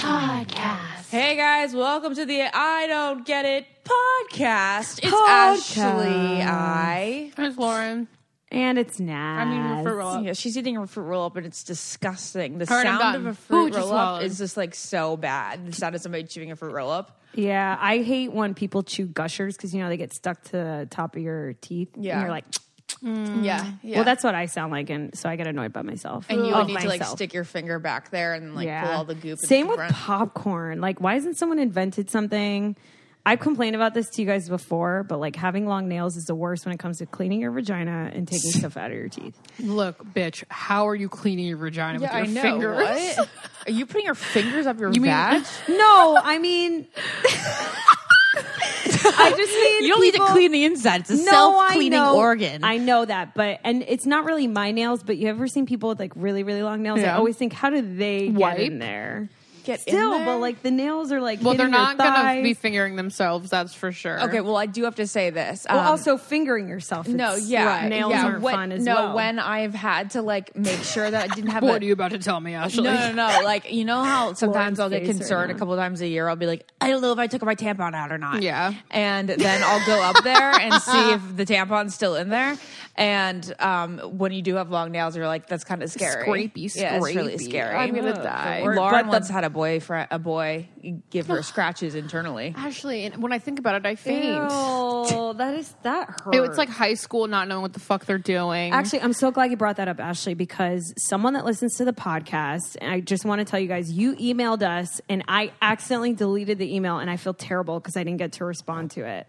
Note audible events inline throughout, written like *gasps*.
podcast. Hey guys, welcome to the I Don't Get It podcast. It's Podcast. Ashley. I. It's Lauren. And it's Naz. Yeah, she's eating her fruit roll up and it's disgusting. The Heard I'm sound of done. a Who fruit just roll up swallowed? is just like so bad. The sound of somebody chewing a fruit roll up. Yeah, I hate when people chew gushers because you know they get stuck to the top of your teeth. Yeah, Yeah. and you're like, Mm-hmm. Yeah, yeah. well, that's what I sound like, and so I get annoyed by myself. and you would Of need to like myself. stick your finger back there and like pull all the goop. Same and with grunt. popcorn. Like, why hasn't someone invented something? I've complained about this to you guys before, but like having long nails is the worst when it comes to cleaning your vagina and taking stuff out of your teeth. *laughs* Look, bitch, how are you cleaning your vagina Yeah, I with your know. fingers? What? Are you putting your fingers up your You mean- vag? *laughs* No, I mean, *laughs* I just mean You don't need to people- clean the inside. It's a No, self-cleaning I know, organ. I know that, but and it's not really my nails. But you ever seen people with like really really long nails? I Yeah. always think, how do they Wipe? get in there? Get in Still, there? but like the nails are like well, they're hitting your not going to be thighs. fingering themselves, that's for sure. Okay, well, I do have to say this. Well, Um, also fingering yourself. No, It's- yeah, nails yeah. aren't When- fun as no, well. when I've had to like make sure that I didn't have. What a, are you about to tell me, Ashley? No, no, no. Like you know how sometimes I'll get face right concerned now. a couple times a year. I'll be like, I don't know if I took my tampon out or not. Yeah. and then I'll go up there and see if the tampon's still in there. And um, when you do have long nails, you're like, that's kind of scary. Scrapey, yeah, it's really scrapey. scary. I'm gonna Ugh. die. Or But Lauren the- once had a boyfriend, a boy, give her scratches internally. Ashley, and when I think about it, I faint. Ew, that is that hurt. It was like high school, not knowing what the fuck they're doing. Actually, I'm so glad you brought that up, Ashley, because someone that listens to the podcast, and I just want to tell you guys, you emailed us, and I accidentally deleted the email, and I feel terrible because I didn't get to respond to it.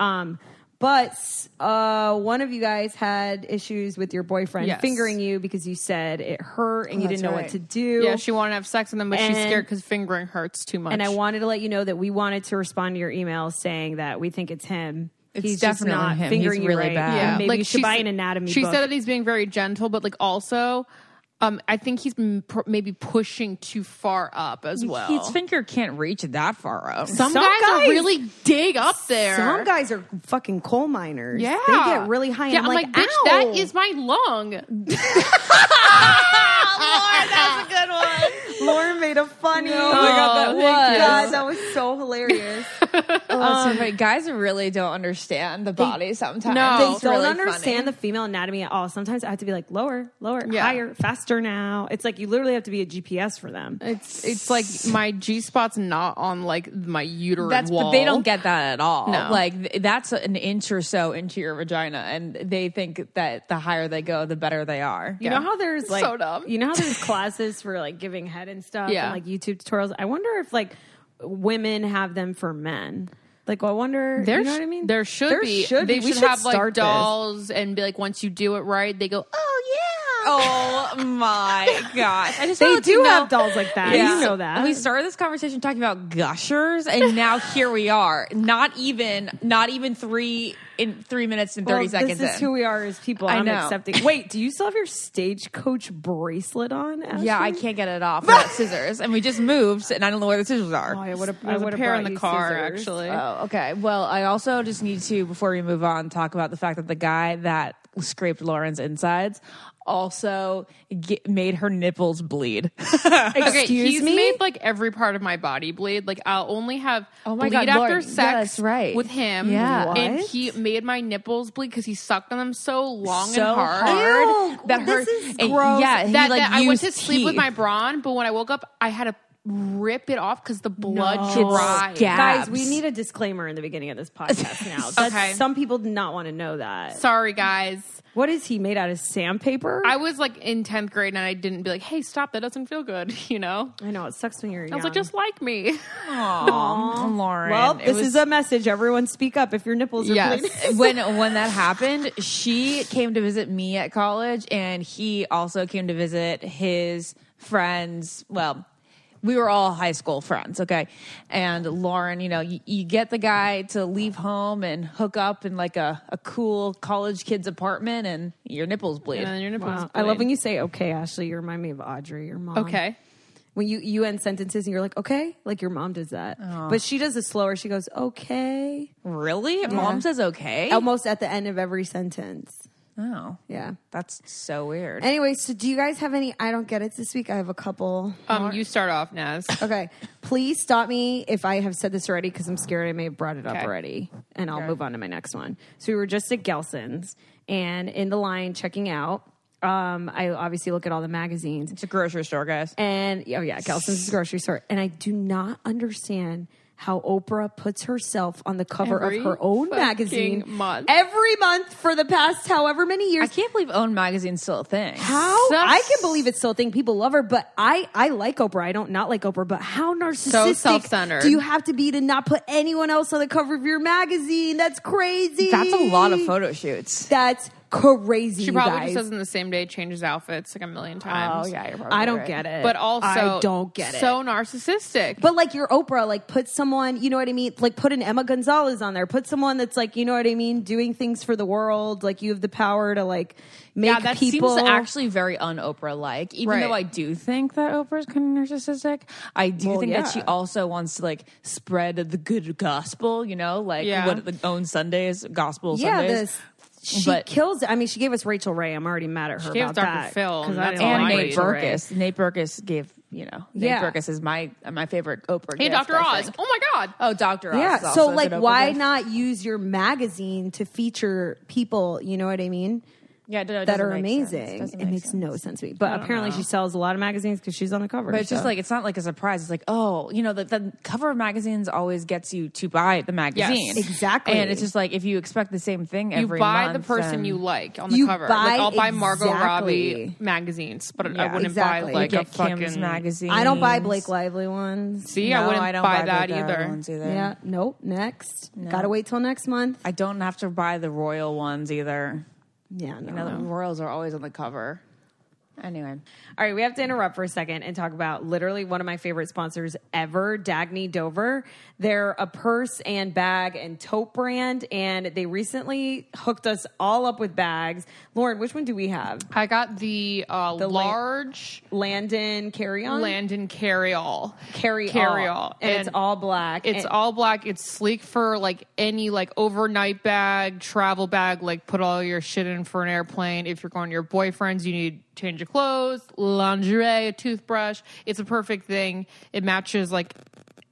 Um, but uh, one of you guys had issues with your boyfriend Yes. fingering you because you said it hurt and you didn't know what Oh, right. to do. yeah, she wanted to have sex with them, but she's And- scared because fingering hurts too much. and I wanted to let you know that we wanted to respond to your email saying that we think it's him. It's he's definitely just not him. fingering He's you really right. bad. and Yeah. maybe you should she buy s- an anatomy She book. said that he's being very gentle, but like also, um, I think he's m- pr- maybe pushing too far up as well. His finger can't reach that far up. some, Some guys, guys- are really dig up there. Some guys are fucking coal miners. yeah, They get really high. Yeah, and I'm, like, bitch, Ow. that is my lung. *laughs* Lauren made a funny. Oh my god, that was. God, that was so hilarious. Oh, so funny. guys really don't understand the body sometimes. *laughs* No. they It's don't understand the female anatomy at all. Sometimes I have to be like lower, lower, Yeah. higher, faster now. It's like you literally have to be a GPS for them. It's it's like my G spot's not on like my uterine That's wall. but they don't get that at all. No. Like th- that's an inch or so into your vagina, and they think that the higher they go, the better they are. You know how there's like So dumb. you know how *laughs* there's classes for like giving head and stuff Yeah. and like YouTube tutorials. I wonder if like women have them for men. Like I wonder, There you know sh- what I mean? There should be. they be. should, We have like start this. dolls and be like, once you do it right, they go, oh yeah. Oh my gosh! I just They wanted to do know- have dolls like that. You know that. We started this conversation talking about gushers, and *laughs* now here we are. Not even, not even three in three minutes and thirty Well, seconds. This is in. who we are as people. I I'm know. accepting. Wait, do you still have your stagecoach bracelet on? Ashley? Yeah, I can't get it off without scissors, and we just moved, and I don't know where the scissors are. I would have. Oh, I I would would've have pair brought in the you car scissors. Uh, actually. Oh, okay. Well, I also just need to, before we move on, talk about the fact that the guy that scraped Lauren's insides also ge- made her nipples bleed. *laughs* Okay, Excuse he's me? made like every part of my body bleed. Like I'll only have Oh my bleed God, after Lauren, sex yes, right. with him. Yeah. What? and he made my nipples bleed because he sucked on them so long so and hard. Ew, that her this is and- gross. Yeah, he, That, like, that I went to used sleep with teeth. my brawn, but when I woke up, I had a rip it off because the blood It's dries. scab- Guys, Abs. we need a disclaimer in the beginning of this podcast now. That's, Okay. Some people did not want to know that. Sorry, guys. What is he made out of sandpaper? I was like in tenth grade, and I didn't be like, "Hey, stop! That doesn't feel good." *laughs* You know. I know it sucks when you're. Young. I was like, "Just like me." *laughs* Aw, Lauren. well, It this was- is a message. Everyone, speak up if your nipples are *laughs* bleeding. Yes. when when that happened, she came to visit me at college and he also came to visit his friends. Well, we were all high school friends, okay? And Lauren, you know, you, you get the guy to leave home and hook up in like a, a cool college kid's apartment and your nipples bleed. And then your nipples. Wow. Uh, I love when you say "okay, Ashley." You remind me of Audrey, your *laughs* mom. Okay. When you you end sentences and you're like, "Okay," like your mom does that, but she does it slower. She goes, "Okay," really? Mom says okay. almost at the end of every sentence. oh. Yeah. That's so weird. Anyway, so do you guys have any I don't get it this week? I have a couple. Um, you start off, Naz. Okay. Please stop me if I have said this already because I'm scared I may have brought it up already. And I'll move on to my next one. So we were just at Gelson's and in the line checking out. Um, I obviously look at all the magazines. it's a grocery store, guys. And oh yeah, Gelson's is a grocery store. And I do not understand how Oprah puts herself on the cover Every of her own fucking magazine month. every month for the past however many I years. can't believe Own Magazine's still a thing. How Sucks. I can believe it's still a thing. People love her, but I I like Oprah. I don't not like Oprah, but how narcissistic self-centered. do you have to be to not put anyone else on the cover of your magazine? That's crazy. That's a lot of photo shoots. That's crazy. She probably you just guys. Oh, does in the same day changes outfits like a million times. you're probably I don't get it. But also, I don't get it. So narcissistic. But like your Oprah, like put someone, you know what I mean? Like put an Emma Gonzalez on there. Put someone that's like, you know what I mean, doing things for the world. Like you have the power to like make that seems people It's actually very un Oprah like. Even Right. though I do think that Oprah's kind of narcissistic, I do think yeah. that she also wants to like spread the good gospel. You know, like Yeah. what the own Sundays, gospel Yeah, Sundays. this she But- kills it. I mean, she gave us Rachel Ray. I'm already mad at her. gave us about Dr. that, Phil, 'cause and I that's didn't all and I like Nate Rachel Ray. Burkus. Nate Burkus gave you know. Yeah. Nate Burkus is my my favorite Oprah. hey, gift, Dr. I Oz. think. Oh my God. Oh, Dr. Oz. is Yeah. So also a like, good Oprah why gift. not use your magazine to feature people? You know what I mean? Yeah, no, it That doesn't are make sense. amazing. Doesn't It make makes sense. no sense to me. But apparently, she sells a lot of magazines because she's on the cover. But it's just like it's not like a surprise. It's like, oh, you know, the, the cover of magazines always gets you to buy the magazine. exactly. And it's just like if you expect the same thing You every buy the month, person then- you like on the You cover. buy- like I'll buy Margot exactly. Robbie magazines, but I wouldn't exactly. buy like You a get Kim's fucking magazine. I don't buy Blake Lively ones. See, I No, wouldn't don't buy, Blake that Lively either. ones either. Yeah. Nope. Next. Gotta wait till next month. I don't have to buy the royal ones either. Yeah. No. You know, the royals are always on the cover. Anyway, All right, we have to interrupt for a second and talk about literally one of my favorite sponsors ever, Dagny Dover. They're a purse and bag and tote brand, and they recently hooked us all up with bags. Lauren, which one do we have? I got the, uh, large Landon carry on, Landon carry all. carry carry all. and, it's all black. It's And- all black. It's sleek for like any like overnight bag, travel bag. Like put all your shit in for an airplane. If you're going to your boyfriend's, you need change of clothes, lingerie, a toothbrush. It's a perfect thing. It matches like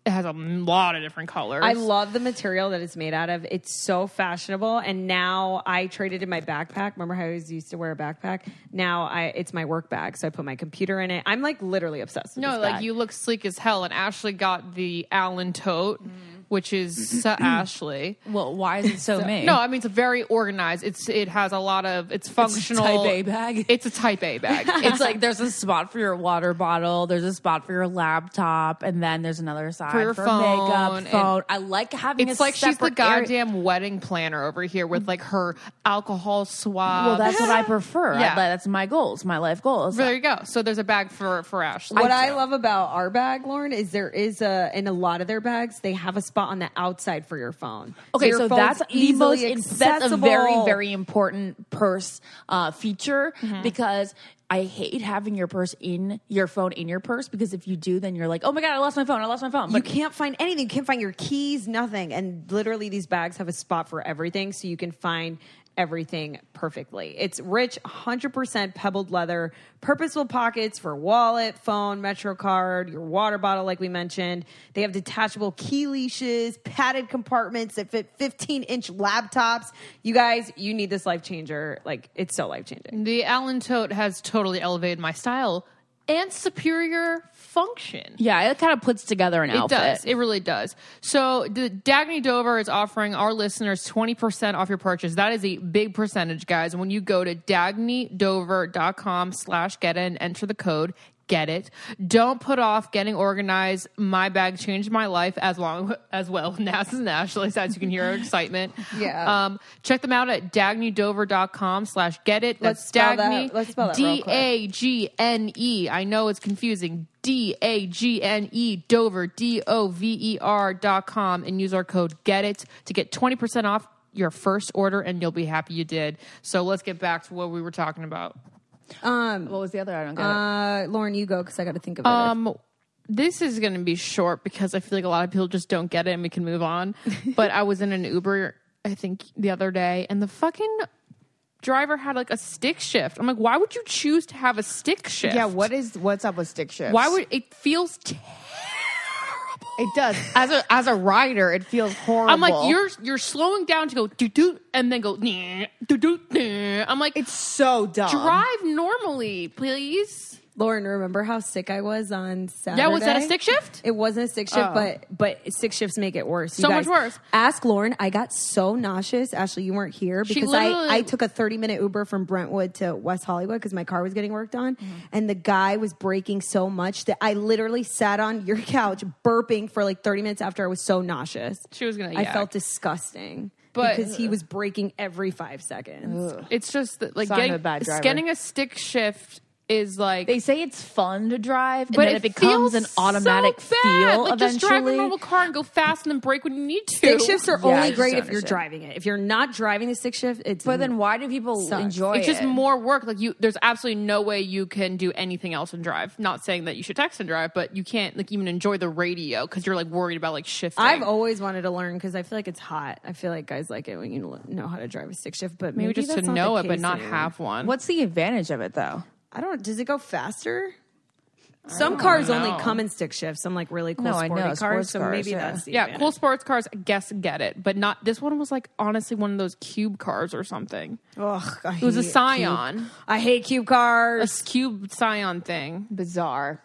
it has a lot of different colors. I love the material that it's made out of. It's so fashionable. And now I traded in my backpack. Remember how I always used to wear a backpack? Now I it's my work bag, so I put my computer in it. I'm like literally obsessed with no this like bag. you look sleek as hell. And Ashley got the Allen tote, which Mm-hmm. is so Ashley. well, why *laughs* is it so, me? No, I mean it's a very organized. It's it has a lot of it's functional. type A bag. *laughs* It's a type A bag. it's *laughs* *laughs* like there's a spot for your water bottle, there's a spot for your laptop, and then there's another side For your phone, and- makeup, phone. I like having. It's a like she's the separate area- goddamn wedding planner over here with like her alcohol swab. Well, that's what I prefer. I- Yeah. that's my goals, my life goals. *laughs* there you go. So there's a bag for for Ashley. What I love about our bag, Lauren, is there is a in a lot of their bags they have a spot on the outside for your phone. Okay, your so that's phone's the most easily that's a very accessible. very important purse uh, feature Mm-hmm. because I hate having your purse in your phone in your purse because if you do, then you're like, oh my god, I lost my phone, I lost my phone. you But can't find anything. You can't find your keys, nothing. And literally, these bags have a spot for everything, so you can find everything perfectly. It's rich, 100% pebbled leather, purposeful pockets for wallet, phone, Metro card, your water bottle, like we mentioned. They have detachable key leashes, padded compartments that fit 15 inch laptops. You guys, you need this life changer. Like, it's so life changing. the Allen tote has totally elevated my style and superior function. Yeah, it kind of puts together an It outfit. does. It really does. So the Dagny Dover is offering our listeners 20% off your purchase. That is a big percentage, guys. When you go to dagnydover.com slash get it and enter the code get it. Don't put off getting organized. My bag changed my life as long as well. *laughs* Nas and Ashley as you can hear her excitement. Yeah. Um, check them out at dagnydover.com slash get it. Let's That's spell that- Dagny. let's spell that real quick. D-A a G N E. I know it's confusing. D A G N E Dover D O V E R dot com and use our code get it to get twenty percent off your first order and you'll be happy you did. So let's get back to what we were talking about. What was the other? I don't get Uh, Lauren, you go because I got to think of it. Um, this is going to be short because I feel like a lot of people just don't get it and we can move on. *laughs* but I was in an Uber, I think, the other day, and the fucking driver had like a stick shift. I'm like, why would you choose to have a stick shift? Yeah, what is what's up with stick shifts? Why would it feels it does as a as a rider? It feels horrible. I'm like, you're you're slowing down to go do do and then go do do I'm like, It's so dumb. drive normally, please. Lauren, remember how sick I was on Saturday? Yeah, was that a stick shift? Oh. It wasn't a stick shift, but but stick shifts make it worse. you So much guys. worse. Ask Lauren. I got so nauseous. Ashley, you weren't here because literally- I, I took a 30 minute Uber from Brentwood to West Hollywood because my car was getting worked on. Mm-hmm. And the guy was breaking so much that I literally sat on your couch burping for like 30 minutes after I was so nauseous. She was gonna I yak. felt disgusting. But- because he was breaking every five seconds. It's just that, like Sign of getting a bad driver. getting a stick shift is like They say it's fun to drive, but but it, becomes feels an automatic so bad. feel Like eventually. just drive a normal car and go fast and then brake when you need to. Stick shifts are Yeah, I only just great don't if you're understand. driving it. If you're not driving the stick shift, it's but then why do people Sucks. enjoy it's just it? more work. Like you, there's absolutely no way you can do anything else and drive. Not saying that you should text and drive, but you can't like even enjoy the radio because you're like worried about like shifting. I've always wanted to learn because I feel like it's hot. I feel like guys like it when you know how to drive a stick shift, but maybe, maybe just to that's not know the it, but case not anymore. have one. What's the advantage of it though? I don't. Does it go faster? Some cars know. only come in stick shifts. Some like really cool No, I sporty know, cars, sports So cars, maybe yeah. that's the Yeah, advantage. cool sports cars. I guess get it, but not this one was like honestly one of those cube cars or something. Ugh, I It was a hate Scion, I hate cube a cars. s- cube Scion thing. bizarre.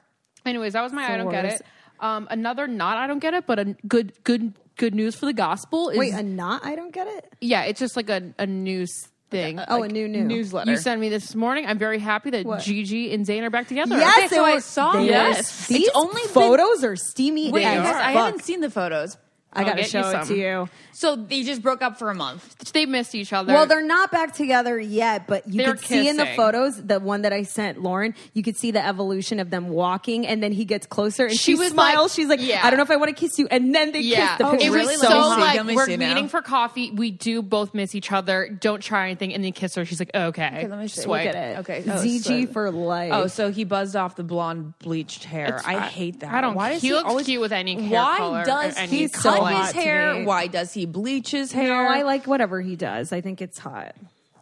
Anyways, that was my I don't get Fours. it. Um, another not I don't get it, but a good good good news for the gospel is Wait, a knot? I don't get it. yeah, it's just like a a news thing. Oh, a new new Newsletter. You sent me this morning. I'm very happy that Gigi and Zayn are back together. Yes, so it I was- saw they this. were- It's These only been- photos are steamy. Wait, as I, guess- I fuck. haven't seen the photos. I gotta get you show it to some. you. So they just broke up for a month. They missed each other. Well, they're not back together yet, but you They're could see in the kissing. photos, the one that I sent Lauren, you could see the evolution of them walking, and then he gets closer and she, She was smiles. like- She's like, yeah. I don't know if I want to kiss you. And then they Yeah, Oh, kiss. The picture it was Really? so Let me see. like Let me we're see now. meeting for coffee. We do both miss each other. Don't try anything, and then kiss her. She's like, okay, let me see. swipe. Look at it. Okay. Oh, ZG swipe. for life. Oh, so he buzzed off the blonde bleached hair. It's I fine. hate that. I don't- Why does he he, looks always, cute with any hair Why color or does any he so cut hot his to me. hair? Why does he bleach his hair? no, I like whatever he does. I think it's hot.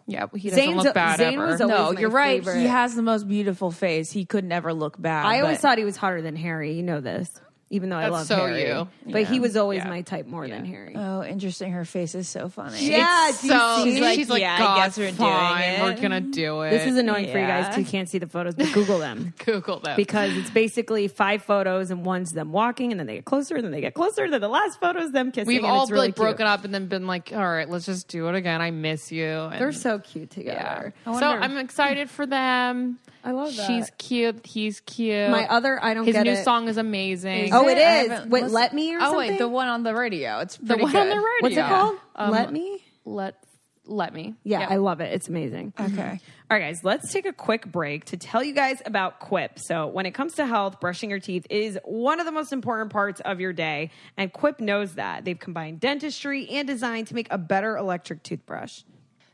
Yeah, but he doesn't Zayn's- look bad Zayn ever. was always No, my you're right. favorite. He has the most beautiful face. He could never look bad. I always but- thought he was hotter than Harry. You know this, even though I That's love so Harry. you. But he was always Yeah. my type more than Harry. Oh, interesting. Her face is so funny. yeah, do you so see? she's like, yeah, I God, guess we're doing fine, it." We're gonna do it. this is annoying for you guys. Yeah. who can't see the photos, but *laughs* Google them. Google that because it's basically five photos and one's them walking and then they get closer and then they get closer and then the last photo is them kissing. We've and all it's really like broken cute. up and then been like, all right, let's just do it again. I miss you. And They're so cute yeah. together. So I'm excited for them. I love that. She's cute. He's cute. My other I don't His get new it. song is amazing. Oh, it I is. haven't Wait, listened- let me or Oh wait, something? the one on the radio. It's the pretty one on the good. radio. What's it called? let me. Let let me. Yeah, I love it. It's amazing. Okay. All right, guys, let's take a quick break to tell you guys about Quip. So, when it comes to health, brushing your teeth is one of the most important parts of your day, and Quip knows that. They've combined dentistry and design to make a better electric toothbrush.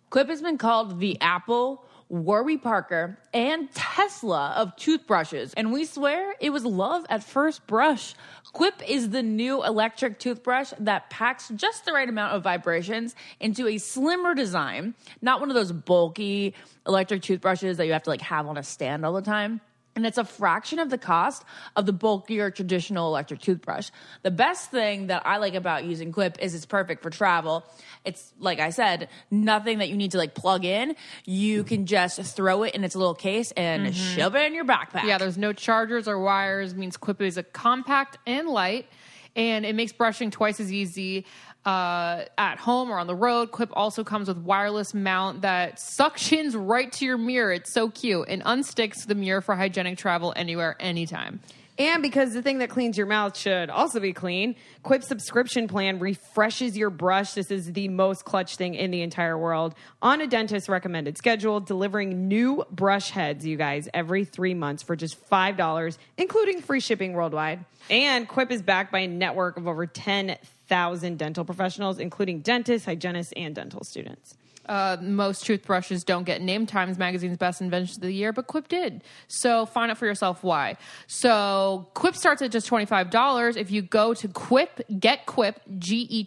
Quip has been called the Apple, Warby Parker, and Tesla of toothbrushes. And we swear it was love at first brush. Quip is the new electric toothbrush that packs just the right amount of vibrations into a slimmer design, not one of those bulky electric toothbrushes that you have to like have on a stand all the time. And it's a fraction of the cost of the bulkier traditional electric toothbrush. The best thing that I like about using Quip is it's perfect for travel. It's, like I said, nothing that you need to like plug in. You can just throw it in its little case and shove it in your backpack. Yeah, there's no chargers or wires. Means Quip is a compact and light, and it makes brushing twice as easy uh, at home or on the road. Quip also comes with wireless mount that suctions right to your mirror. It's so cute and unsticks the mirror for hygienic travel anywhere, anytime. And because the thing that cleans your mouth should also be clean, Quip subscription plan refreshes your brush. This is the most clutch thing in the entire world. On a dentist recommended schedule, delivering new brush heads, you guys, every three months for just $5, including free shipping worldwide. And Quip is backed by a network of over 10,000 dental professionals, including dentists, hygienists, and dental students. Uh, most toothbrushes don't get named Times Magazine's Best Inventions of the Year, but Quip did. So find out for yourself why. So Quip starts at just $25. If you go to Quip, get Quip, E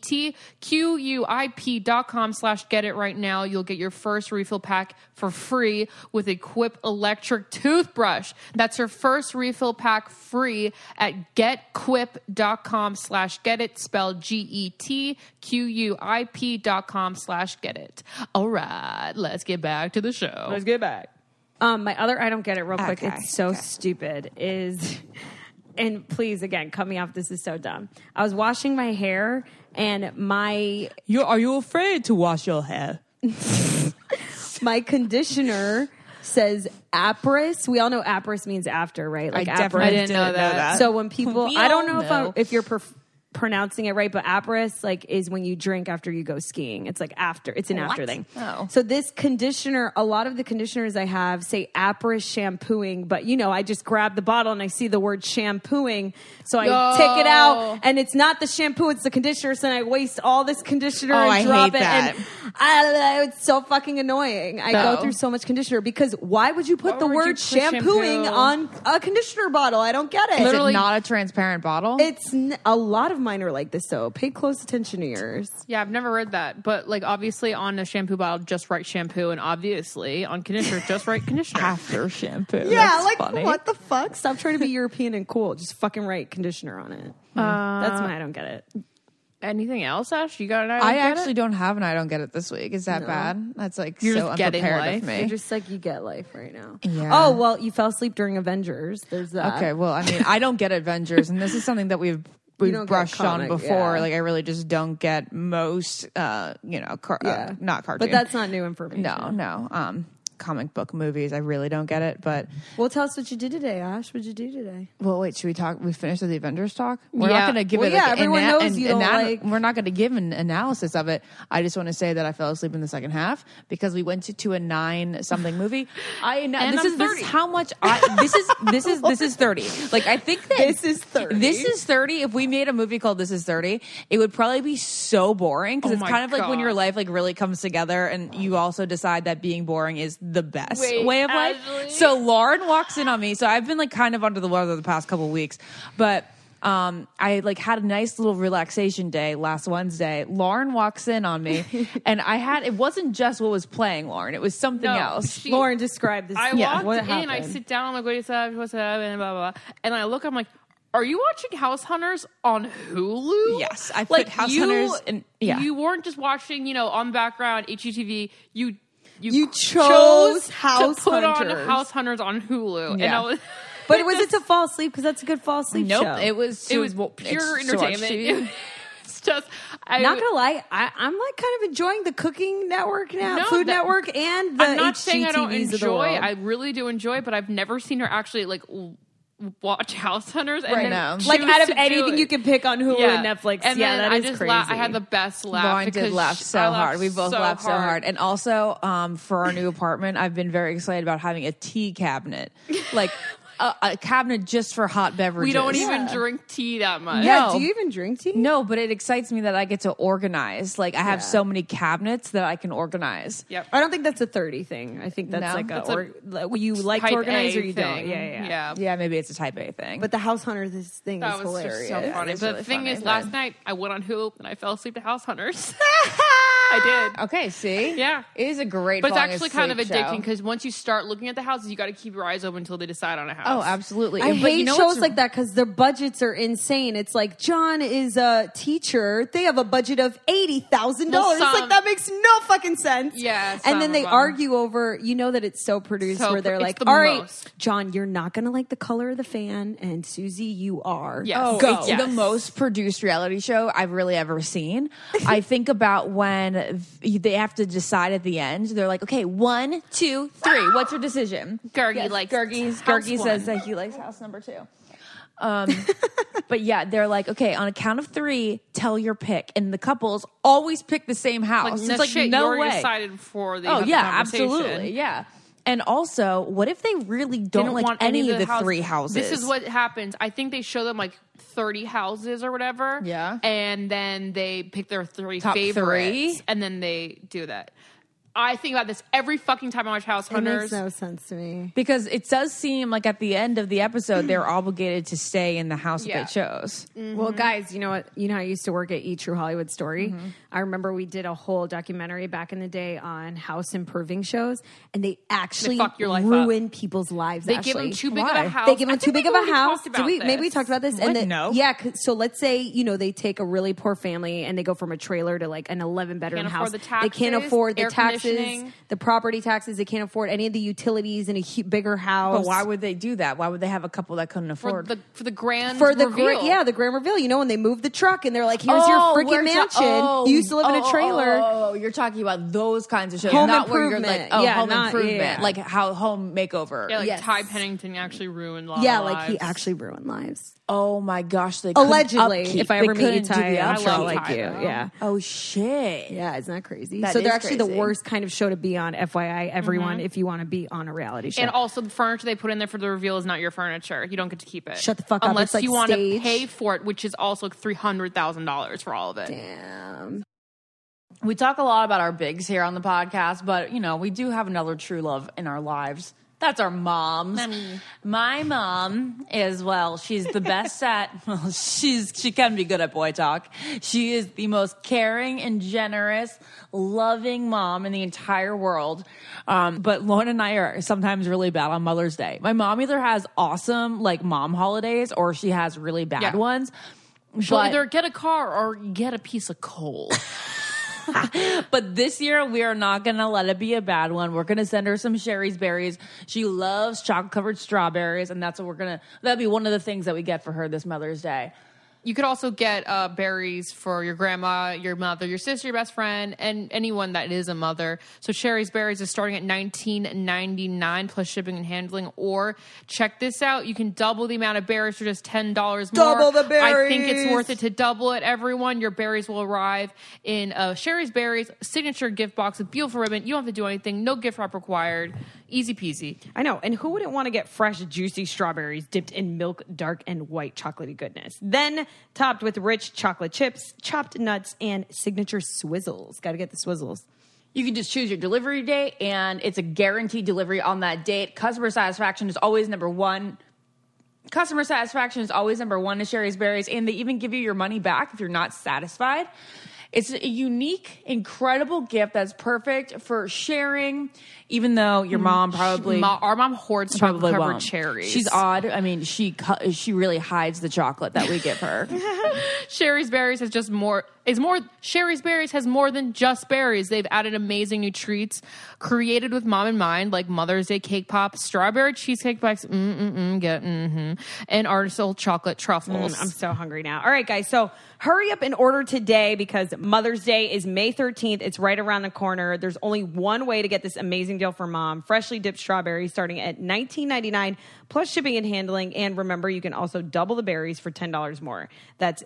G-E-T-Q-U-I-P dot com slash get it right now, you'll get your first refill pack for free with a Quip electric toothbrush. That's your first refill pack free at getquip.com slash get it, spelled E G-E-T-Q-U-I-P dot com slash get it. All right, let's get back to the show. Let's get back. Um, my other I don't get it real quick. It's so stupid. Is *laughs* and please again cut me off. This is so dumb. I was washing my hair and my You, are you afraid to wash your hair? *laughs* my conditioner says Apris. We all know Apris means after, right? Like definitely Apris. didn't know that. So when people, We I don't all know, if I, know. if you're per- pronouncing it right, but Apris like is when you drink after you go skiing. It's like after. It's an after thing. Oh. So this conditioner, a lot of the conditioners I have say Apris shampooing, but you know, I just grab the bottle and I see the word shampooing, so I take it out, and it's not the shampoo, it's the conditioner. So then I waste all this conditioner Oh, and I drop hate it. that. And I, it's so fucking annoying. I go through so much conditioner because why would you put the would you word put shampooing shampoo? on a conditioner bottle? I don't get it. Is it not a transparent bottle? It's n- a lot of mine are like this, so pay close attention to yours. Yeah, I've never read that, but like obviously on a shampoo bottle, just write shampoo, and obviously on conditioner, *laughs* just write conditioner. After shampoo. Yeah, That's like funny. what the fuck? Stop trying to be European and cool. Just fucking write conditioner on it. That's my I don't get it. Anything else, Ash? You got an idea? I actually don't have an I don't get it this week. Is that bad? That's like You're so just getting unprepared life. of me. You're just like you get life right now. Yeah. Oh well, you fell asleep during Avengers. There's that. Okay, well, I mean, I don't get Avengers, and this is something that *laughs* we've don't we've get brushed on comic, before. yeah. Like, I really just don't get most, uh, you know, car- Yeah. uh, not cartoon, But that's not new information. no, no, um, comic book movies. I really don't get it. But Well, tell us what you did today, Ash. What would you do today? well, wait, should we talk? We finish with the Avengers talk. We're Yeah. not going to give Well, it. yeah, like, an everyone ana- knows an- you don't ana- like- We're not going to give an analysis of it. I just want to say that I fell asleep in the second half because we went to, to a nine something movie. I know And this I'm is this is 30. how much I this is this is this is thirty. Like I think that This is 30. This is thirty. If we made a movie called This Is Thirty, it would probably be so boring because Oh it's my kind of like when God. your life like really comes together and you also decide that being boring is the best Wait, way of life. Ashley. So Lauren walks in on me. So I've been like kind of under the weather the past couple weeks, but um, I like had a nice little relaxation day last Wednesday. Lauren walks in on me, *laughs* and I had it wasn't just what was playing Lauren; it was something No, else. *laughs* she- Lauren, describe this. I Yeah. walked What in, I happened? sit down, I'm like, what's up, what's up, and blah, blah, blah. And I look, I'm like, are you watching House Hunters on Hulu? Yes, I put House Hunters in- yeah. You weren't just watching, you know, on background, HGTV. You, you, You chose House to put Hunters. on House Hunters on Hulu. And Yeah. I was, But was it to fall asleep? Because that's a good fall asleep Nope, show. it was it was it's pure so much entertainment. it's just, I, Not gonna lie, I, I'm like kind of enjoying the Cooking Network now, No, Food that- Network, and the I'm not HGTVs saying I don't of the enjoy. world. I really do enjoy, but I've never seen her actually like w- watch House Hunters. And Right. then No. like choose out of to do anything it. you can pick on Hulu Yeah. and Netflix. And yeah, then that I is just crazy. la- I had the best *laughs* laugh. Lauren did because laugh sh- so I laughed hard. We both laughed so hard. And also, um, for our new apartment, I've been very excited about having a tea cabinet, *laughs* like a, a cabinet just for hot beverages. we don't even drink tea that much. yeah, No. do you even drink tea? No, but it excites me that I get to organize. Like I have so many cabinets that I can organize. Yep. I don't think that's a 30 thing. I think that's No, like a, that's a or, like, you like Type to organize A or you don't. thing. Yeah, yeah, yeah. Yeah, maybe it's a type A thing. But the House Hunter this thing That is was hilarious. just so funny. It's But the really thing funny, is, but- *laughs* last night I went on Hulu and I fell asleep to House Hunters. I did. Okay, see? Yeah. It is a great But it's falling actually kind of asleep addicting show. because once you start looking at the houses, you got to keep your eyes open until they decide on a house. Oh, absolutely. I But hate you know shows what's- like that because their budgets are insane. It's like John is a teacher; they have a budget of eighty thousand Well, dollars. It's some- like that makes no fucking sense. Yeah, some and then of they them. argue over. You know that it's so produced So where they're pr- it's like, the "All right, most." John, you're not gonna like the color of the fan, and Susie, you are." Yes. Oh, Go. it's Yes. the most produced reality show I've really ever seen. *laughs* I think about when th- they have to decide at the end. They're like, okay, one, two, three. What's your decision? Gergi likes Gergie's, house Gergie one. says that he likes house number two. *laughs* Um, but yeah, they're like, okay, on a count of three, tell your pick. And the couples always pick the same house. Like, it's no like, shit, no you already way. decided before they oh, have the yeah, conversation. absolutely. Yeah. And also, what if they really don't Didn't like want any, of the, house- three houses? This is what happens. I think they show them like 30 houses or whatever. Yeah. And then they pick their three Top favorites. three? And then they do that. I think about this every fucking time I watch House It makes Hunters. no sense to me. because it does seem like at the end of the episode they're *clears throat* obligated to stay in the house Yeah. that they chose. Well, Mm-hmm. guys, you know what? You know, I used to work at E True Hollywood Story. I remember we did a whole documentary back in the day on house improving shows, and they actually fuck your life up. ruin people's lives. They Ashley. give them too big of Why? a house. They give I them too think big we've of a already house. talked Did about we, maybe we this. talked about this. And What? the- No. Yeah. 'cause- So let's say you know they take a really poor family and they go from a trailer to like an eleven bedroom Can't house. afford the they can't taxes, afford the air taxes, conditioning. the property taxes. They can't afford any of the utilities in a hu- bigger house. But why would they do that? Why would they have a couple that couldn't for afford? the for the grand for the reveal. grand, yeah the grand reveal? You know when they move the truck and they're like, here's Oh, your we're ta- freaking mansion. oh, you used to live in oh, a trailer. Oh, oh, oh, you're talking about those kinds of shows, Home not where you're like, Improvement. oh, Yeah, home not- improvement, yeah. like how home makeover. Yeah, like Yes. Ty Pennington actually ruined a lot Yeah, of like he lives. actually ruined lives. Oh my gosh, they couldn't Allegedly, upkeep. if I They ever meet you, couldn't do Ty, the I'm sure I'll upkeep. like like you. Ty, though. Yeah. Oh shit. Yeah, isn't that crazy? That so they're is actually the crazy. Mm-hmm. worst kind of show to be on, FYI, everyone, if you want to be on a reality show. And also, the furniture they put in there for the reveal is not your furniture. You don't get to keep it. Shut the fuck up. Unless It's like you want to staged. pay for it, which is also three hundred thousand dollars for all of it. Damn. We talk a lot about our bigs here on the podcast, but you know, we do have another true love in our lives. That's our moms. My mom is well, she's the best *laughs* at well, she's she can be good at boy talk. She is the most caring and generous, loving mom in the entire world. Um, but Lauren and I are sometimes really bad on Mother's Day. My mom either has awesome like mom holidays or she has really bad Yeah. ones. She'll But- either get a car or get a piece *laughs* of coal. But this year, we are not going to let it be a bad one. We're going to send her some Sherry's berries. She loves chocolate covered strawberries, and that's what we're going to, that'll be one of the things that we get for her this Mother's Day. you could also get uh, berries for your grandma, your mother, your sister, your best friend, and anyone that is a mother. So Sherry's Berries is starting at nineteen ninety nine plus shipping and handling. Or check this out: you can double the amount of berries for just ten dollars more. Double the I think it's berries. worth it to double it. Everyone, your berries will arrive in uh, Sherry's Berries signature gift box with beautiful ribbon. You don't have to do anything; no gift wrap required. Easy peasy. I know. And who wouldn't want to get fresh, juicy strawberries dipped in milk, dark and white chocolatey goodness? Then topped with rich chocolate chips, chopped nuts, and signature swizzles. Got to get the swizzles. You can just choose your delivery date, and it's a guaranteed delivery on that date. Customer satisfaction is always number one. Customer satisfaction is always number one to Sherry's Berries, and they even give you your money back if you're not satisfied. It's a unique, incredible gift that's perfect for sharing, even though your mom probably Ma- our mom hoards chocolate probably covered won't. cherries. She's odd. I mean, she cu- she really hides the chocolate that we give *laughs* her. Sherry's Berries has just more is more Sherry's Berries has more than just berries. They've added amazing new treats created with mom in mind, like Mother's Day cake pop, strawberry cheesecake bites, mm mm mm, get mm-hmm, and artisanal chocolate truffles. Mm, I'm so hungry now. All right, guys. So hurry up and order today because Mother's Day is May 13th. It's right around the corner. There's only one way to get this amazing deal for mom freshly dipped strawberries starting at $19.99 plus shipping and handling. And remember, you can also double the berries for $10 more. That's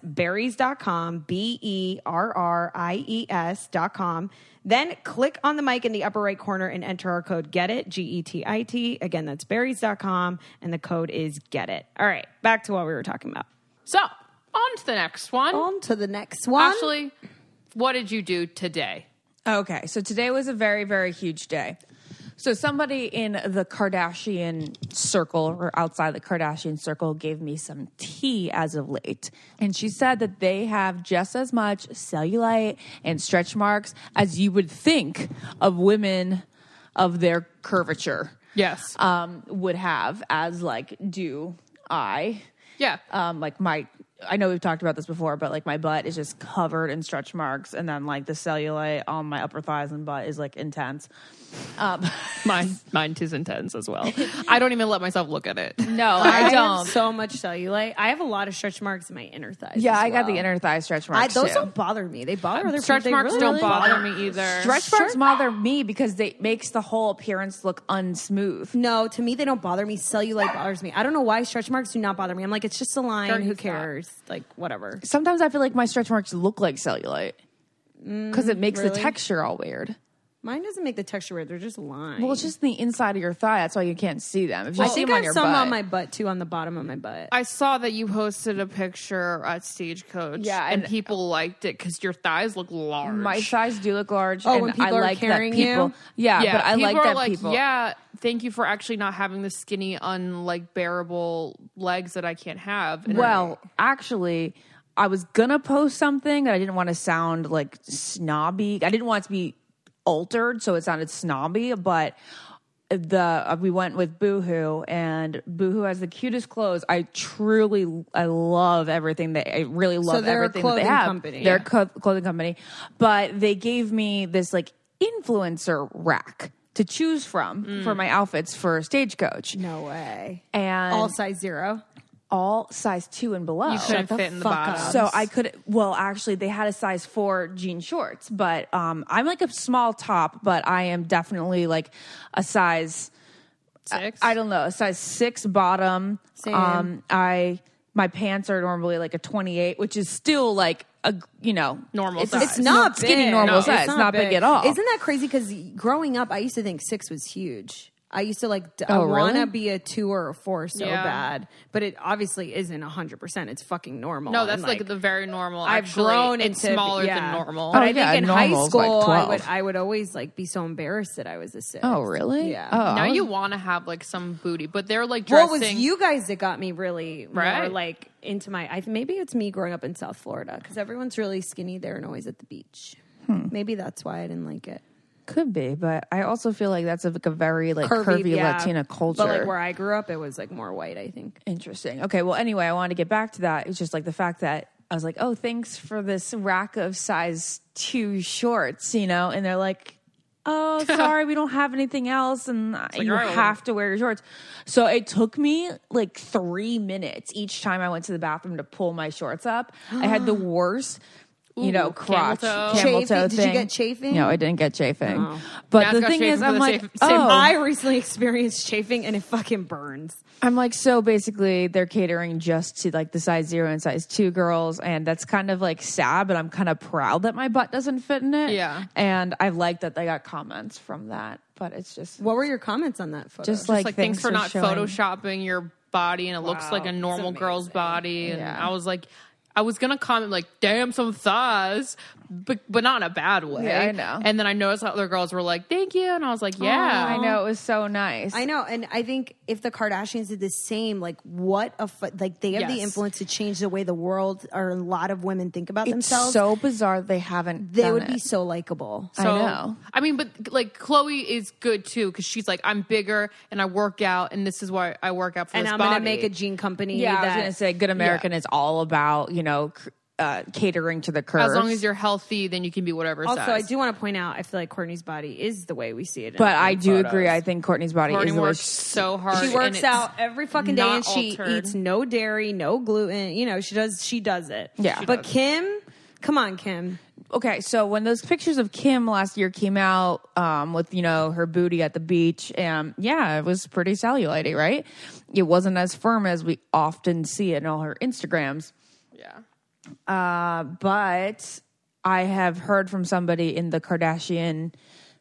berries.com, B E R R I E S.com. Then click on the mic in the upper right corner and enter our code GET IT, G E T I T. Again, that's berries.com, and the code is GET IT. All right, back to what we were talking about. so on to the next one. On to the next one. Ashley, what did you do today? okay, so today was a very very huge day. So somebody in the Kardashian circle or outside the Kardashian circle gave me some tea as of late. And she said that they have just as much cellulite and stretch marks as you would think of women of their curvature Yes. Uh, um, would have as like do I yeah. uh, um, like my I know we've talked about this before, but like my butt is just covered in stretch marks, and then like the cellulite on my upper thighs and butt is like intense. Um, mine mine is intense as *laughs* well. I don't even let myself look at it. no, I, have don't. so much cellulite. I have a lot of stretch marks in my inner thighs. yeah, as I got well. the inner thigh stretch I, marks. those too. don't bother me. They bother other Stretch people. They marks really, don't really bother me either. stretch marks bother me because they makes the whole appearance look unsmooth. No, to me they don't bother me. Cellulite bothers me. I don't know why stretch marks do not bother me. I'm like, it's just a line. Don't Who use that. cares? Like whatever. Sometimes I feel like my stretch marks look like cellulite Mm, because it makes the texture all weird. Mine doesn't make the texture weird. They're just lines. Well, it's just the inside of your thigh. That's why you can't see them. If you I see think them I on your have some butt, on my butt too, on the bottom of my butt. I saw that you posted a picture at Stagecoach. Yeah, and, and- people liked it because your thighs look large. My thighs do look large. Oh, and when people I are like that carrying people. you? Yeah, yeah, but I people like are that like, people. Yeah, thank you for actually not having the skinny, unlike bearable legs that I can't have. And Well, actually, I was gonna post something that I didn't want to sound like snobby. I didn't want it to be altered, so it sounded snobby. But the uh, we went with Boohoo, and Boohoo has the cutest clothes. I truly, I love everything. They I really love they're a everything that they clothing have. company. They're a co- clothing company, but they gave me this like influencer rack. To choose from for my outfits for stagecoach Mm. no way. and All size zero. all size two and below. you couldn't fit in the bottom. So I could well actually they had a size 4 jean shorts, but um I'm like a small top, but I am definitely like a size Six? I don't know, a size 6 bottom. Same. Um I my pants are normally like a 28, which is still like a you know, Normal it's, size. It's not skinny big. normal No, size. It's not, big. at all. Isn't that crazy? Because growing up, I used to think six was huge. I used to like. d- I Oh, want really? to be a two or a four so Yeah. bad, but it obviously isn't hundred percent. It's fucking normal. no, And, that's like, the very normal. I've actually. grown It's into- smaller yeah. than normal. But Oh, I think yeah, in high normal's like school, I 12. would I would always like be so embarrassed that I was a six. Oh, really? Yeah. Oh. now you want to have like some booty, but they're like Well, dressing. it was you guys that got me really more Right. like into my. I, maybe it's me growing up in South Florida because everyone's really skinny there and always at the beach. Hmm. Maybe that's why I didn't like it. Could be, but I also feel like that's a, like a very like Curvy, curvy, yeah. Latina culture. But like where I grew up, it was like more white. I think. Interesting. Okay. Well, anyway, I wanted to get back to that. It's just like the fact that I was like, oh, thanks for this rack of size two shorts, you know? And they're like, *laughs* oh, sorry, we don't have anything else. And you all right, well- have to wear your shorts. So it took me like three minutes each time I went to the bathroom to pull my shorts up. I had *gasps* the worst. You know, Ooh, camel crotch, toe. camel Chafing? toe Did you thing. get chafing? No, I didn't get chafing. But Matt's the got thing chafing is, for I'm the like, same- same oh, I recently *laughs* experienced chafing and it fucking burns. I'm like, so basically, they're catering just to like the size zero and size two girls, and that's kind of like sad, but I'm kind of proud that my butt doesn't fit in it. Yeah. and I like that I got comments from that, but it's just What were your comments on that photo? just It's like, like thanks for not showing- photoshopping your body and it looks like a normal girl's body and Yeah. i was like i was gonna comment like damn some thighs but but not in a bad way Yeah, I know. Oh, and then i noticed other girls were like thank you and i was like yeah I know it was so nice. Oh, I know, and I think if the Kardashians did the same, like what a fu- like they have the Yes. influence to change the way the world or a lot of women think about it's themselves. so bizarre that they haven't. they done would it. be so likable. I So- know. I mean, but like Chloe is good too because she's like, I'm bigger and I work out, and this is why I work out for and this I'm body. gonna make a jean company. Yeah, I was that- gonna say, Good American is all about you know cr- uh, catering to the curves. as long as you're healthy, then you can be whatever Also, size. I do want to point out, I feel like Courtney's body is the way we see it. in but I the do photos. agree. I think Courtney's body Courtney is the way works she- so hard. she and works it's out every fucking day, not and she altered. eats no dairy, no gluten. You know, she does. She does it. Yeah. She but Kim, come on, Kim. okay, so when those pictures of Kim last year came out um, with, you know, her booty at the beach, um, yeah, it was pretty cellulite, right? It wasn't as firm as we often see in all her Instagrams. Yeah. Uh, but I have heard from somebody in the Kardashian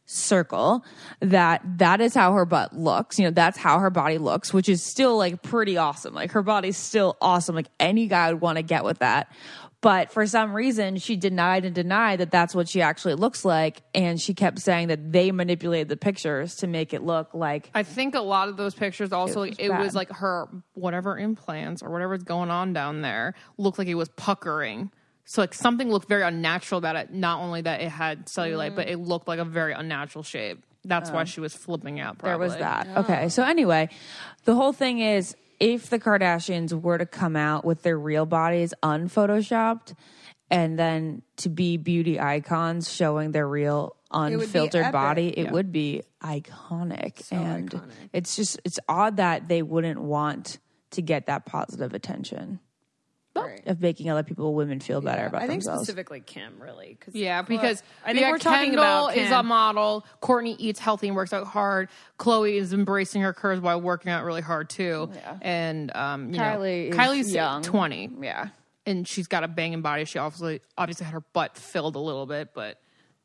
circle that that is how her butt looks. You know, that's how her body looks, which is still like pretty awesome. Like her body's still awesome. Like any guy would want to get with that. But for some reason, she denied and denied that that's what she actually looks like. And she kept saying that they manipulated the pictures to make it look like I think a lot of those pictures also it was, bad. like her whatever implants or whatever's going on down there looked like it was puckering. So like something looked very unnatural about it. Not only that it had cellulite, but it looked like a very unnatural shape. That's why she was flipping out. Probably. there was that. Okay. So anyway, the whole thing is if the Kardashians were to come out with their real bodies unphotoshopped and then to be beauty icons showing their real unfiltered epic. body, it would be iconic. and it's just it's odd that they wouldn't want to get that positive attention. Of making other people, women feel better about I think themselves. specifically Kim, really. 'cause- Yeah, because I think yeah, we're talking Kendall about is Kim. a model. Courtney eats healthy and works out hard. Chloe is embracing her curves while working out really hard too. And um, you Kylie is know, Kylie's young. twenty. Yeah. and she's got a banging body. She obviously obviously had her butt filled a little bit, but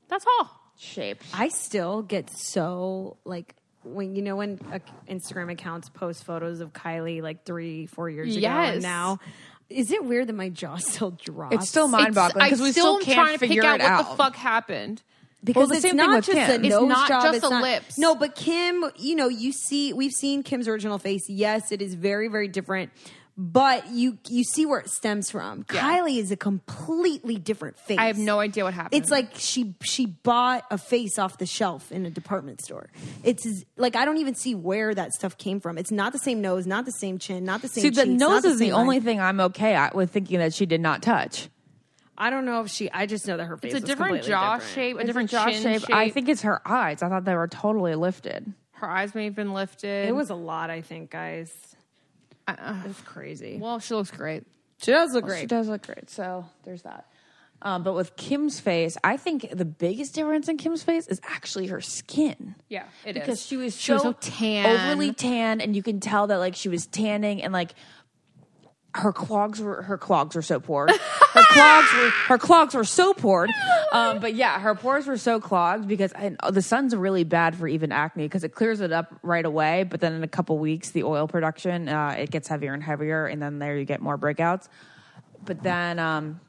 that's all. Shape. I still get so like when you know when uh, Instagram accounts post photos of Kylie like three, four years ago Yes. and now. Is it weird that my jaw *laughs* still drops? It's still mind-boggling I because we still am can't trying to figure pick out it what out. the fuck happened. because the it's same thing not with just Kim. a It's nose not job. just it's the not- lips. No, but Kim, you know, you see, we've seen Kim's original face. Yes, it is very, very different. But you you see where it stems from. Kylie is a completely different face. I have no idea what happened. It's like she she bought a face off the shelf in a department store. It's as- like I don't even see where that stuff came from. It's not the same nose, not the same chin, not the same. See, the cheeks, not nose is the same only eye. thing I'm okay at with thinking that she did not touch. I don't know if she. I just know that her face. it's a was different completely jaw different. shape, a It's different the jaw chin shape. shape. I think it's her eyes. I thought they were totally lifted. her eyes may have been lifted. It was a lot. I think, guys. it's crazy. well, she looks great. She does look She does look great. So there's that. Um, but with Kim's face, I think the biggest difference in Kim's face is actually her skin. Yeah, it is because she was she so, was so tan, overly tan, and you can tell that like she was tanning and like her clogs were her clogs were so poor. *laughs* Her clogs were her clogs were so poured. Um, but yeah, her pores were so clogged because and oh, the sun's really bad for even acne because it clears it up right away. But then in a couple weeks, the oil production uh, it gets heavier and heavier, and then there you get more breakouts. But then um,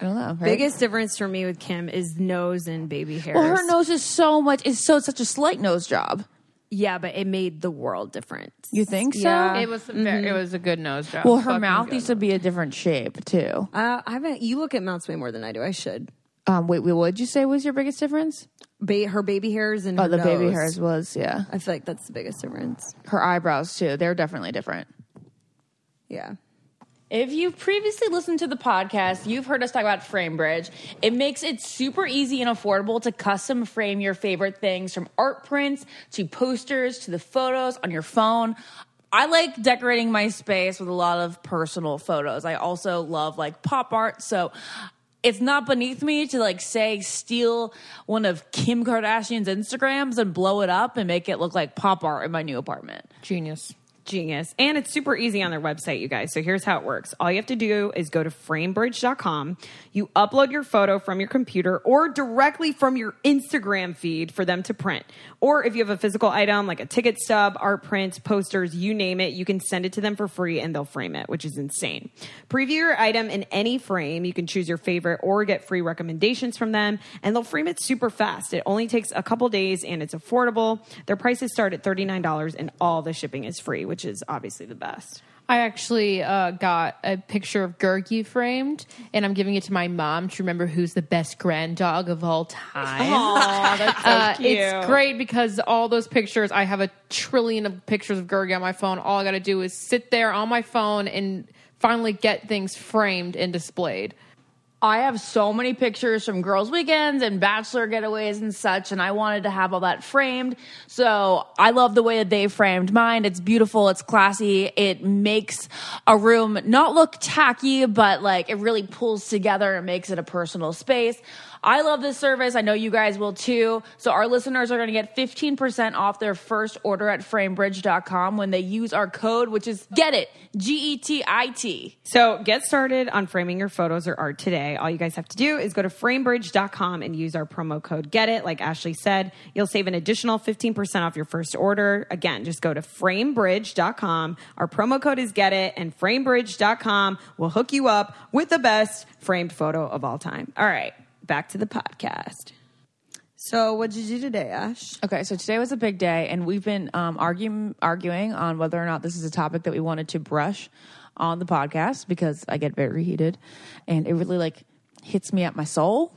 I don't know. right? Biggest difference for me with Kim is nose and baby hairs. Well, her nose is so much. It's so such a slight nose job. yeah, but it made the world different. You think so? it was a very, Mm-hmm. it was a good nose job. Well, her Fucking mouth good. used to be a different shape too. Uh, I haven't. You look at mounts way more than I do. I should. Um, wait, wait, what did you say was your biggest difference? Ba- her baby hairs and Oh, her the baby nose. hairs was yeah. I feel like that's the biggest difference. Her eyebrows too. They're definitely different. Yeah. If you've previously listened to the podcast, you've heard us talk about FrameBridge. It makes it super easy and affordable to custom frame your favorite things from art prints to posters to the photos on your phone. I like decorating my space with a lot of personal photos. I also love like pop art, so it's not beneath me to like say steal one of Kim Kardashian's Instagrams and blow it up and make it look like pop art in my new apartment. genius. Genius. And it's super easy on their website, you guys. So here's how it works. All you have to do is go to framebridge.com. You upload your photo from your computer or directly from your Instagram feed for them to print. Or if you have a physical item like a ticket stub, art prints, posters, you name it, you can send it to them for free and they'll frame it, which is insane. Preview your item in any frame. You can choose your favorite or get free recommendations from them and they'll frame it super fast. It only takes a couple days and it's affordable. Their prices start at $39 and all the shipping is free, which is obviously the best. I actually uh, got a picture of Gurgi framed, and I'm giving it to my mom to remember who's the best grand dog of all time. *laughs* Uh, It's great because all those pictures, I have a trillion of pictures of Gurgi on my phone. All I got to do is sit there on my phone and finally get things framed and displayed. I have so many pictures from girls' weekends and bachelor getaways and such, and I wanted to have all that framed. So I love the way that they framed mine. It's beautiful, it's classy, it makes a room not look tacky, but like it really pulls together and makes it a personal space. I love this service. I know you guys will too. So our listeners are going to get 15% off their first order at framebridge.com when they use our code, which is get it, G E T I T. So get started on framing your photos or art today. today. All you guys have to do is go to framebridge.com and use our promo code get it. Like Ashley said, you'll save an additional 15% off your first order. Again, just go to framebridge.com. Our promo code is get it and framebridge.com will hook you up with the best framed photo of all time. All right, back to the podcast. So, what'd you do today, Ash? Okay, so today was a big day, and we've been um, arguing arguing on whether or not this is a topic that we wanted to brush on the podcast because I get very heated, and it really like hits me at my soul.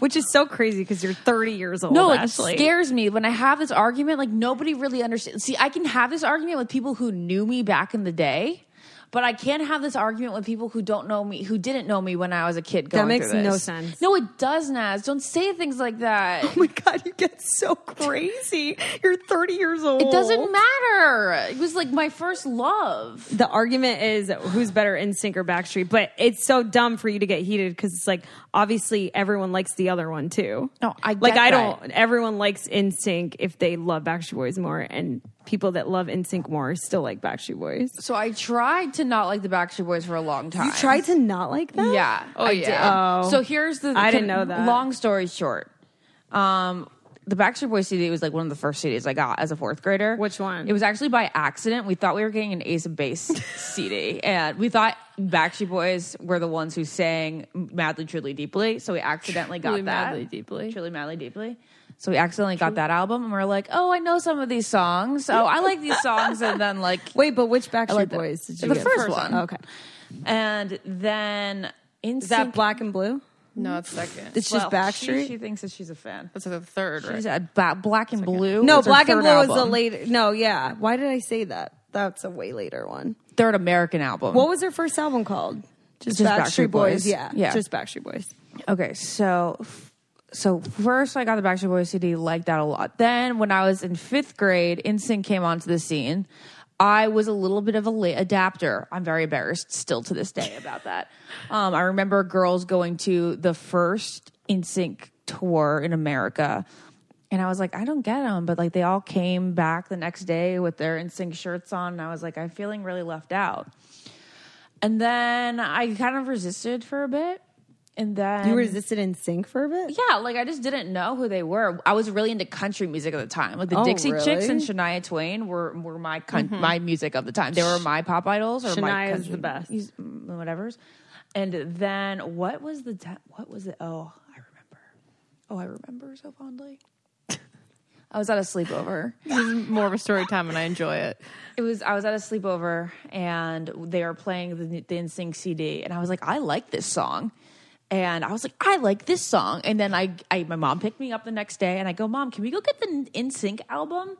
Which is so crazy because you're 30 years old. No, like Ashley. it scares me when I have this argument. Like nobody really understands. See, I can have this argument with people who knew me back in the day, but I can't have this argument with people who don't know me, who didn't know me when I was a kid. Going makes through no this. sense. No, it does, Naz. Don't say things like that. *laughs* Oh my god, you get so crazy. You're 30 years old. It doesn't matter. It was like my first love. The argument is who's better, NSYNC or Backstreet? But it's so dumb for you to get heated because it's like obviously everyone likes the other one too. No, I like. get I that. don't. Everyone likes NSYNC if they love Backstreet Boys more, and people that love NSYNC more still like Backstreet Boys. So I tried to not like the Backstreet Boys for a long time. You try to not like that. Yeah. Oh yeah. Oh. So here's the. I didn't know that. Long story short, um, the Backstreet Boys CD was like one of the first CDs I got as a fourth grader. Which one? It was actually by accident. We thought we were getting an Ace of Base *laughs* CD, and we thought Backstreet Boys were the ones who sang "Madly, Truly, Deeply." So we accidentally Truly, got that. Madly, Deeply. Truly, madly, deeply. So we accidentally got that album, and we are like, "Oh, I know some of these songs. Oh, I like these songs." And then like, Wait, but which Backstreet like that. Boys did you The get? first one. Okay. and then. Is that Black and Blue? No, it's second. It's just Backstreet. She, she thinks that she's a fan. That's the third, right? She's at ba- Black and Blue. No, was her Black and third Blue album. is the later. No, yeah. Why did I say that? That's a way later one. third American album. What was her first album called? Just, Just Backstreet, Backstreet Boys. Boys. Yeah, Yeah. Just Backstreet Boys. Okay, so so first I got the Backstreet Boys CD, liked that a lot. Then when I was in fifth grade, NSYNC came onto the scene. I was a little bit of a late adapter. I'm very embarrassed still to this day about *laughs* that. Um, I remember girls going to the first NSYNC tour in America. And I was like, I don't get them, but like they all came back the next day with their NSYNC shirts on. And I was like, I'm feeling really left out. And then I kind of resisted for a bit. And then You resisted in sync for a bit. yeah, like I just didn't know who they were. I was really into country music at the time. Like the Oh, Dixie Chicks really? and Shania Twain were were my con- my music of the time. They were my pop idols or my Shania's country the best. mus- mm, whatever's. And then what was the ta- what was it? Oh, I remember. Oh, I remember so fondly. *laughs* I was at a sleepover. This is more of a story time, and I enjoy it. It was I was at a sleepover and they were playing the, the NSYNC CD and I was like I like this song and I was like I like this song and then I, I my mom picked me up the next day and I go mom can we go get the NSYNC album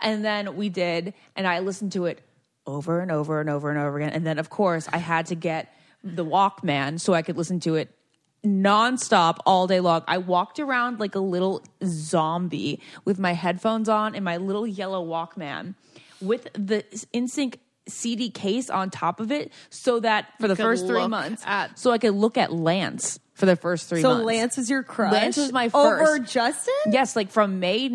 and then we did and I listened to it over and over and over and over again and then of course I had to get the Walkman so I could listen to it nonstop all day long. I walked around like a little zombie with my headphones on and my little yellow Walkman with the InSync CD case on top of it so that for the could first three look months, at- so I could look at Lance for the first three So months. Lance was your crush. Lance was my first. over Justin. Yes, like from May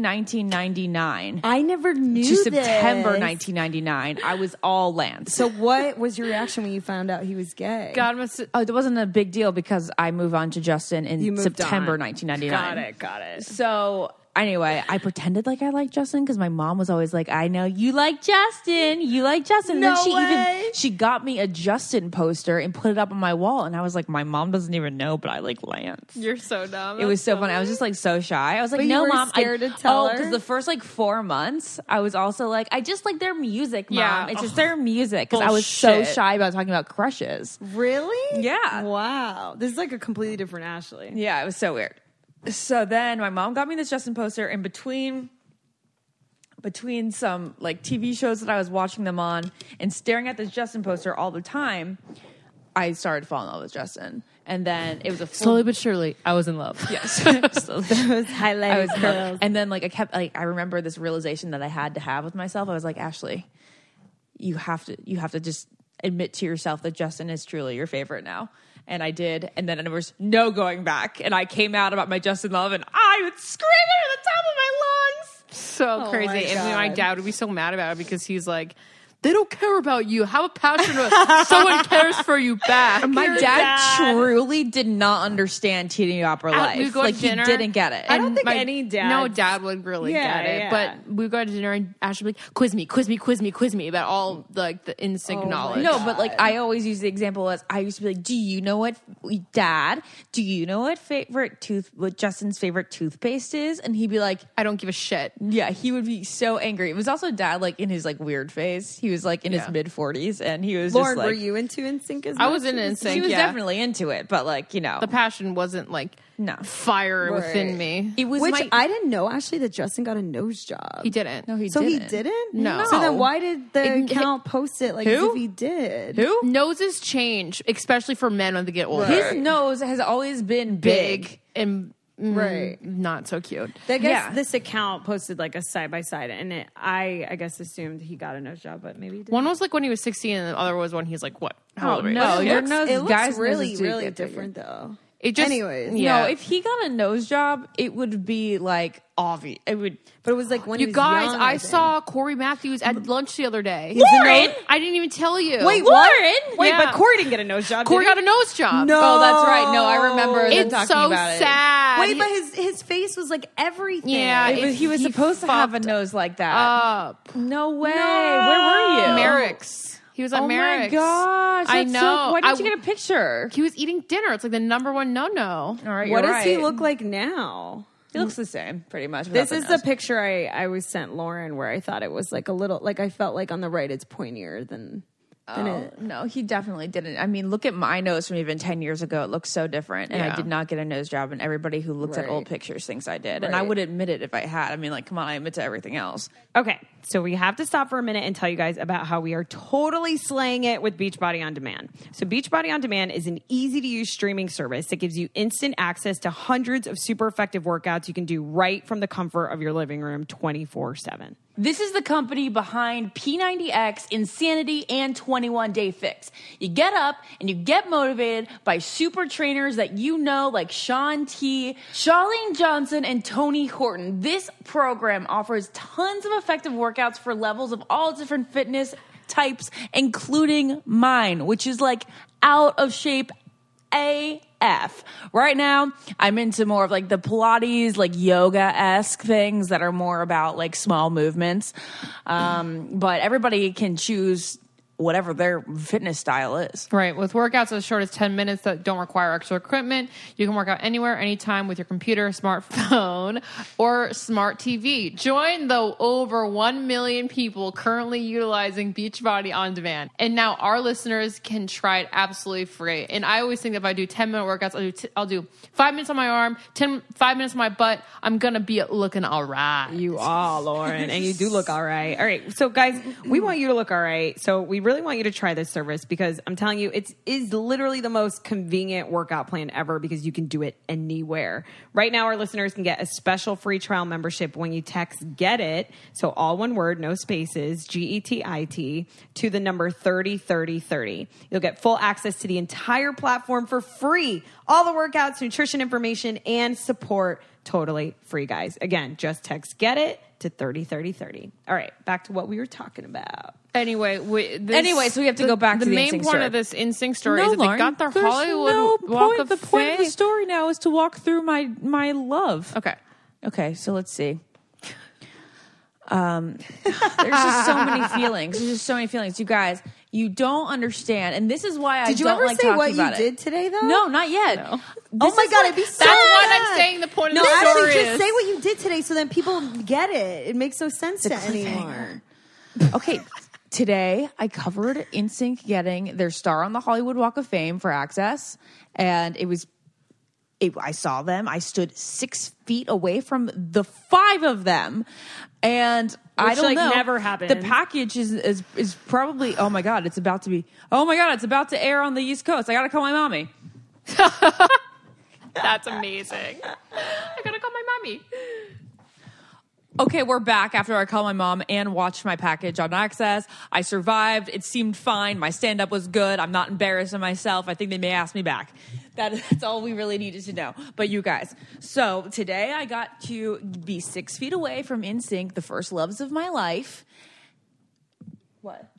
1999 I never knew. to September this. 1999, I was all Lance. So what was your reaction when you found out he was gay? God must. Oh, it wasn't a big deal because I move on to Justin in You moved September on. 1999. Got it, got it. So anyway, I pretended like I liked Justin because my mom was always like, "I know you like Justin, you like Justin." and No then she way. even she got me a Justin poster and put it up on my wall, and I was like, "My mom doesn't even know, but I like Lance." You're so dumb. It was so funny. I was just like so shy. I was like, But you "No, were mom, scared I, to tell oh, her? because the first like four months, I was also like, "I just like their music, mom. Yeah. It's just their music." Because I was so Bullshit. shy about talking about crushes. Really? Yeah. Wow. This is like a completely different Ashley. Yeah, it was so weird. So then my mom got me this Justin poster, and between between some like TV shows that I was watching them on and staring at this Justin poster all the time, I started falling in love with Justin. And then it was a full slowly but surely. I was in love. Yes. *laughs* Those highlighted I was in love. curls. And then like I kept like I remember this realization that I had to have with myself. I was like, Ashley, you have to you have to just admit to yourself that Justin is truly your favorite now. And I did, and then there was no going back. And I came out about my Justin love, and I would scream it at the top of my lungs. so my crazy. and Oh my God. dad would be so mad about it because he's like, They don't care about you. Have a passion. about- *laughs* Someone cares for you back. My You're dad, truly did not understand teen opera life. Out- we go like to dinner. he didn't get it. I don't think any dads- No dad would really Yeah, get it. yeah. But we go to dinner and Ash would be like, quiz me, quiz me, quiz me, quiz me about all like the in sync knowledge. Oh no, but like I always use the example as I used to be like, "Do you know what, Dad? Do you know what favorite tooth, what Justin's favorite toothpaste is?" And he'd be like, I don't give a shit. Yeah, he would be so angry. It was also dad, like in his like weird phase. He was like in his mid forties, and he was Lauren, just like were you into NSYNC as much? I was in in he sync. was yeah. definitely into it, but like you know, the passion wasn't like No. fire within me. it was Which my. I didn't know actually that Justin got a nose job. He didn't. No, he so he didn't. No. So then why did the It- account post it like Who? as if he did? Who? Noses change, especially for men when they get older. his nose has always been big. and mm, Right. not so cute. I guess Yeah. this account posted like a side by side, and it, I I guess assumed he got a nose job, but maybe he didn't. One was like when he was 16, and the other was when he's like, what? How Oh, old are you? no, Six? your nose- it looks guys' really noses do really get bigger. different though. It just, Anyways. yeah. No, if he got a nose job, it would be like obvious. It would. But it was like when you he was guys, young, I, think. saw Corey Matthews at lunch the other day. Lauren! I didn't even tell you. Wait, what? Wait, Yeah. but Corey didn't get a nose job. Corey did got a nose job. No. Oh, that's right. No, I remember them It's talking so about it. sad. he? Wait, but his his face was like everything. Yeah, It was, he was supposed to have a nose like that. up. no way. Where were you? Merrick's. He was on Oh Merrick's. my gosh! I that's know. So, why didn't I- you get a picture? He was eating dinner. It's like the number one no no. All right. What you're does he right. look like now? He looks the same, pretty much. This is the picture I, I was sent Lauren where I thought it was like a little like I felt like on the right it's pointier than than it. No, he definitely didn't. I mean, look at my nose from even 10 years ago. It looks so different. And I Yeah. did not get a nose job. And everybody who looks at old pictures thinks I did. And I would admit it if I had. I mean, like, come on, I admit to everything else. Okay, so we have to stop for a minute and tell you guys about how we are totally slaying it with Beachbody On Demand. So, Beachbody On Demand is an easy to use streaming service that gives you instant access to hundreds of super effective workouts you can do right from the comfort of your living room 24 7. This is the company behind P90X, Insanity, and 21 Day Fix. You get up and you get motivated by super trainers that you know, like Sean T, Charlene Johnson, and Tony Horton. This program offers tons of effective workouts for levels of all different fitness types, including mine, which is like out of shape AF. Right now, I'm into more of like the Pilates, like yoga esque things that are more about like small movements. Um, but everybody can choose whatever their fitness style is. Right, with workouts as short as 10 minutes that don't require extra equipment, you can work out anywhere, anytime with your computer, smartphone, *laughs* or smart TV. Join the over 1 million people currently utilizing Beachbody On Demand. And now our listeners can try it absolutely free. And I always think if I do 10 minute workouts, I'll do, t- I'll do five minutes on my arm, 10, five minutes on my butt, I'm going to be looking all right. You are, Lauren, and you do look all right. All right, so guys, we want you to look all right. So we really want you to try this service because I'm telling you, it is literally the most convenient workout plan ever because you can do it anywhere. Right now, our listeners can get a special free trial membership when you text "Get It," so all one word, no spaces, G E T I T, to the number thirty thirty thirty. You'll get full access to the entire platform for free, all the workouts, nutrition information, and support totally free, guys. Again, just text get it to 303030. All right, back to what we were talking about. Anyway, we, this, Anyway, so we have to go back the to the NSYNC main point story. of this instinct story No, is that Lauren, they got their there's Hollywood no Walk point. of The point of the Fame. story now is to walk through my my love. Okay. Okay, so let's see. Um, *laughs* there's just so many feelings. There's just so many feelings. You guys, you don't understand, and this is why I Did you don't ever like say talking what you about it. did today, though? No, not yet. Oh This my is God, what- it'd be so That's why bad. I'm saying the point of No, the story actually, just is. say what you did today so then people get it. It makes no sense to anyone. Okay. Today, I covered NSYNC getting their star on the Hollywood Walk of Fame for Access, and it was. It, I saw them. I stood six feet away from the five of them, and I Which, don't like, know. never happened. The package is, is is probably. Oh my god! It's about to be. Oh my god! It's about to air on the East Coast. I gotta call my mommy. That's amazing. I gotta call my mommy. Okay, we're back after I called my mom and watched my package on Access. I survived. It seemed fine. My stand up was good. I'm not embarrassed of myself. I think they may ask me back. That, *laughs* that's all we really needed to know. But you guys, so today I got to be six feet away from NSYNC, the first loves of my life. What?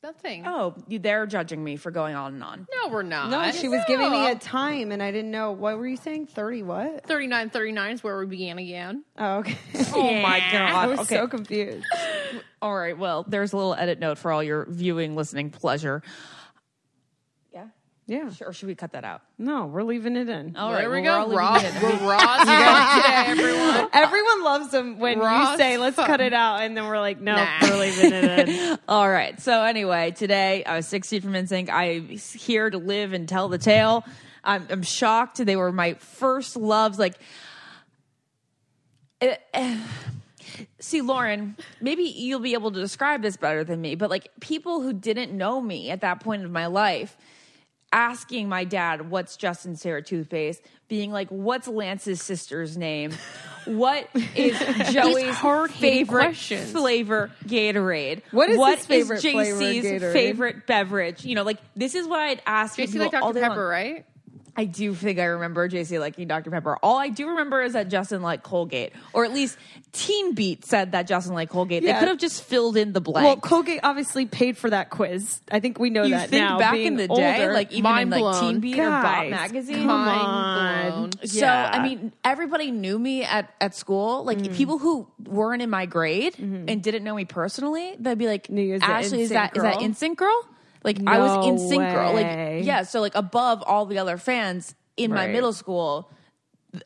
Nothing. Oh, you- they're judging me for going on and on. No, we're not. No, she was giving me a time, and I didn't know. What were you saying? Thirty what? 39 39 is where we began again. Oh, *laughs* okay. Oh my I god. was Okay. so confused. All right. Well, there's a little edit note for all your viewing, listening pleasure. Yeah. Yeah. Or should we cut that out? No, we're leaving it in. All there right. we well, go. we're all Raw, leaving it. *laughs* we're raw as fuck today, everyone. Everyone loves them when Ross you say, let's cut it out. And then we're like, no, we're leaving it in. All right. So anyway, today I was six feet from NSYNC. I'm here to live and tell the tale. I'm, I'm shocked. They were my first loves. Like, eh, eh. see, Lauren, maybe you'll be able to describe this better than me. But like, people who didn't know me at that point of my life, asking my dad what's Justin Sarah toothpaste, being like, what's Lance's sister's *laughs* name, what is Joey's hard-hitting favorite questions. flavor Gatorade, What is his is favorite flavor of JC's Gatorade? favorite beverage? You know, like this is what I'd ask *laughs* You see, people like all Dr. day Pepper, long. right? I do think I remember JC liking Dr. Pepper. All I do remember is that Justin liked Colgate, or at least Teen Beat said that Justin liked Colgate. They Yeah. could have just filled in the blank. Well, Colgate obviously paid for that quiz. I think we know you that think now. back being in the day, older. like even Mind in like blown. Teen Beat or Bot Guys, magazine, Mind blown. So I mean, everybody knew me at at school. Like Mm-hmm. people who weren't in my grade and didn't know me personally, they'd be like, Knew you as the "Ashley, is that is that NSYNC insync girl?" Like I was No insync girl. way. Like yeah, so like above all the other fans in my Right. middle school.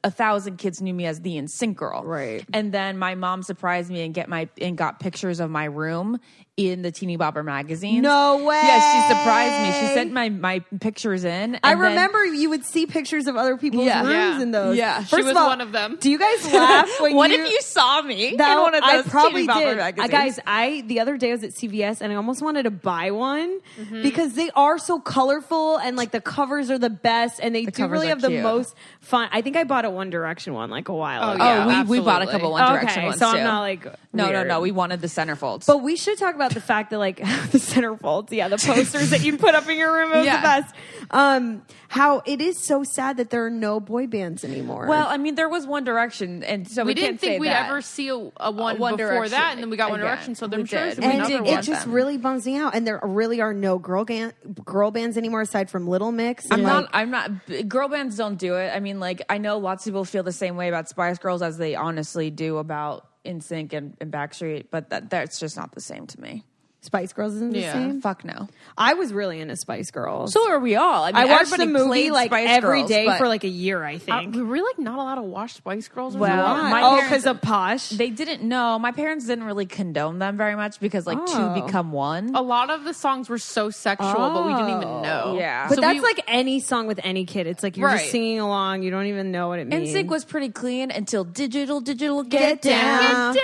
A thousand kids knew me as the InSync girl, Right. And then my mom surprised me and get my and got pictures of my room in the Teeny Bopper magazine. No Yeah, she surprised me. She way. sent my my pictures in. I and then- remember you would see pictures of other people's Yeah. rooms Yeah. in those. Yeah. She First was of all, one of them. Do you *laughs* guys laugh when what you, if you saw me That in one of I those probably Teen Bopper did. magazines? I, guys, I the other day I was at CVS and I almost wanted to buy one Mm-hmm. because they are so colorful and like the covers are the best and they do covers really are have the cute. most fun. I think I bought a One Direction one like a while ago. oh, yeah, we, we bought a absolutely. couple One Direction okay, ones so too. I'm not like no, weird. no, no. We wanted the centerfolds. But Oh, we should talk about the fact that like *laughs* the centerfolds, yeah, the posters that you put up in your room was Yeah. the best. Um, how it is so sad that there are no boy bands anymore. well, I mean, there was One Direction, and so we, we didn't can't say think we'd that. ever see a, a one, One before Direction. that, and then we got One Again, Direction, so we I'm sure did. there's gonna be And and another it, one. it just them. really bums me out. And there really are no girl gan- girl bands anymore aside from Little Mix. And I'm like, not. I'm not. b- Girl bands don't do it. I mean, like I know lots of people feel the same way about Spice Girls as they honestly do about InSync and, and Backstreet, but that that's just not the same to me. Spice Girls isn't the Yeah. same. Fuck no. I was really into Spice Girls. So are we all? mean, I watched the everybody movie played like every Spice day Girls, but for like a year. I think. Uh, we were like not allowed to watch Spice Girls. Or Well, something. my oh, parents- because of Posh. they didn't know. My parents didn't really condone them very much because like Oh. two become one. a lot of the songs were so sexual, but we didn't even know. Yeah. But So that's we- like any song with any kid. It's like you're Right. just singing along. You don't even know what it means. NSYNC was pretty clean until digital, digital, Get get, down. down.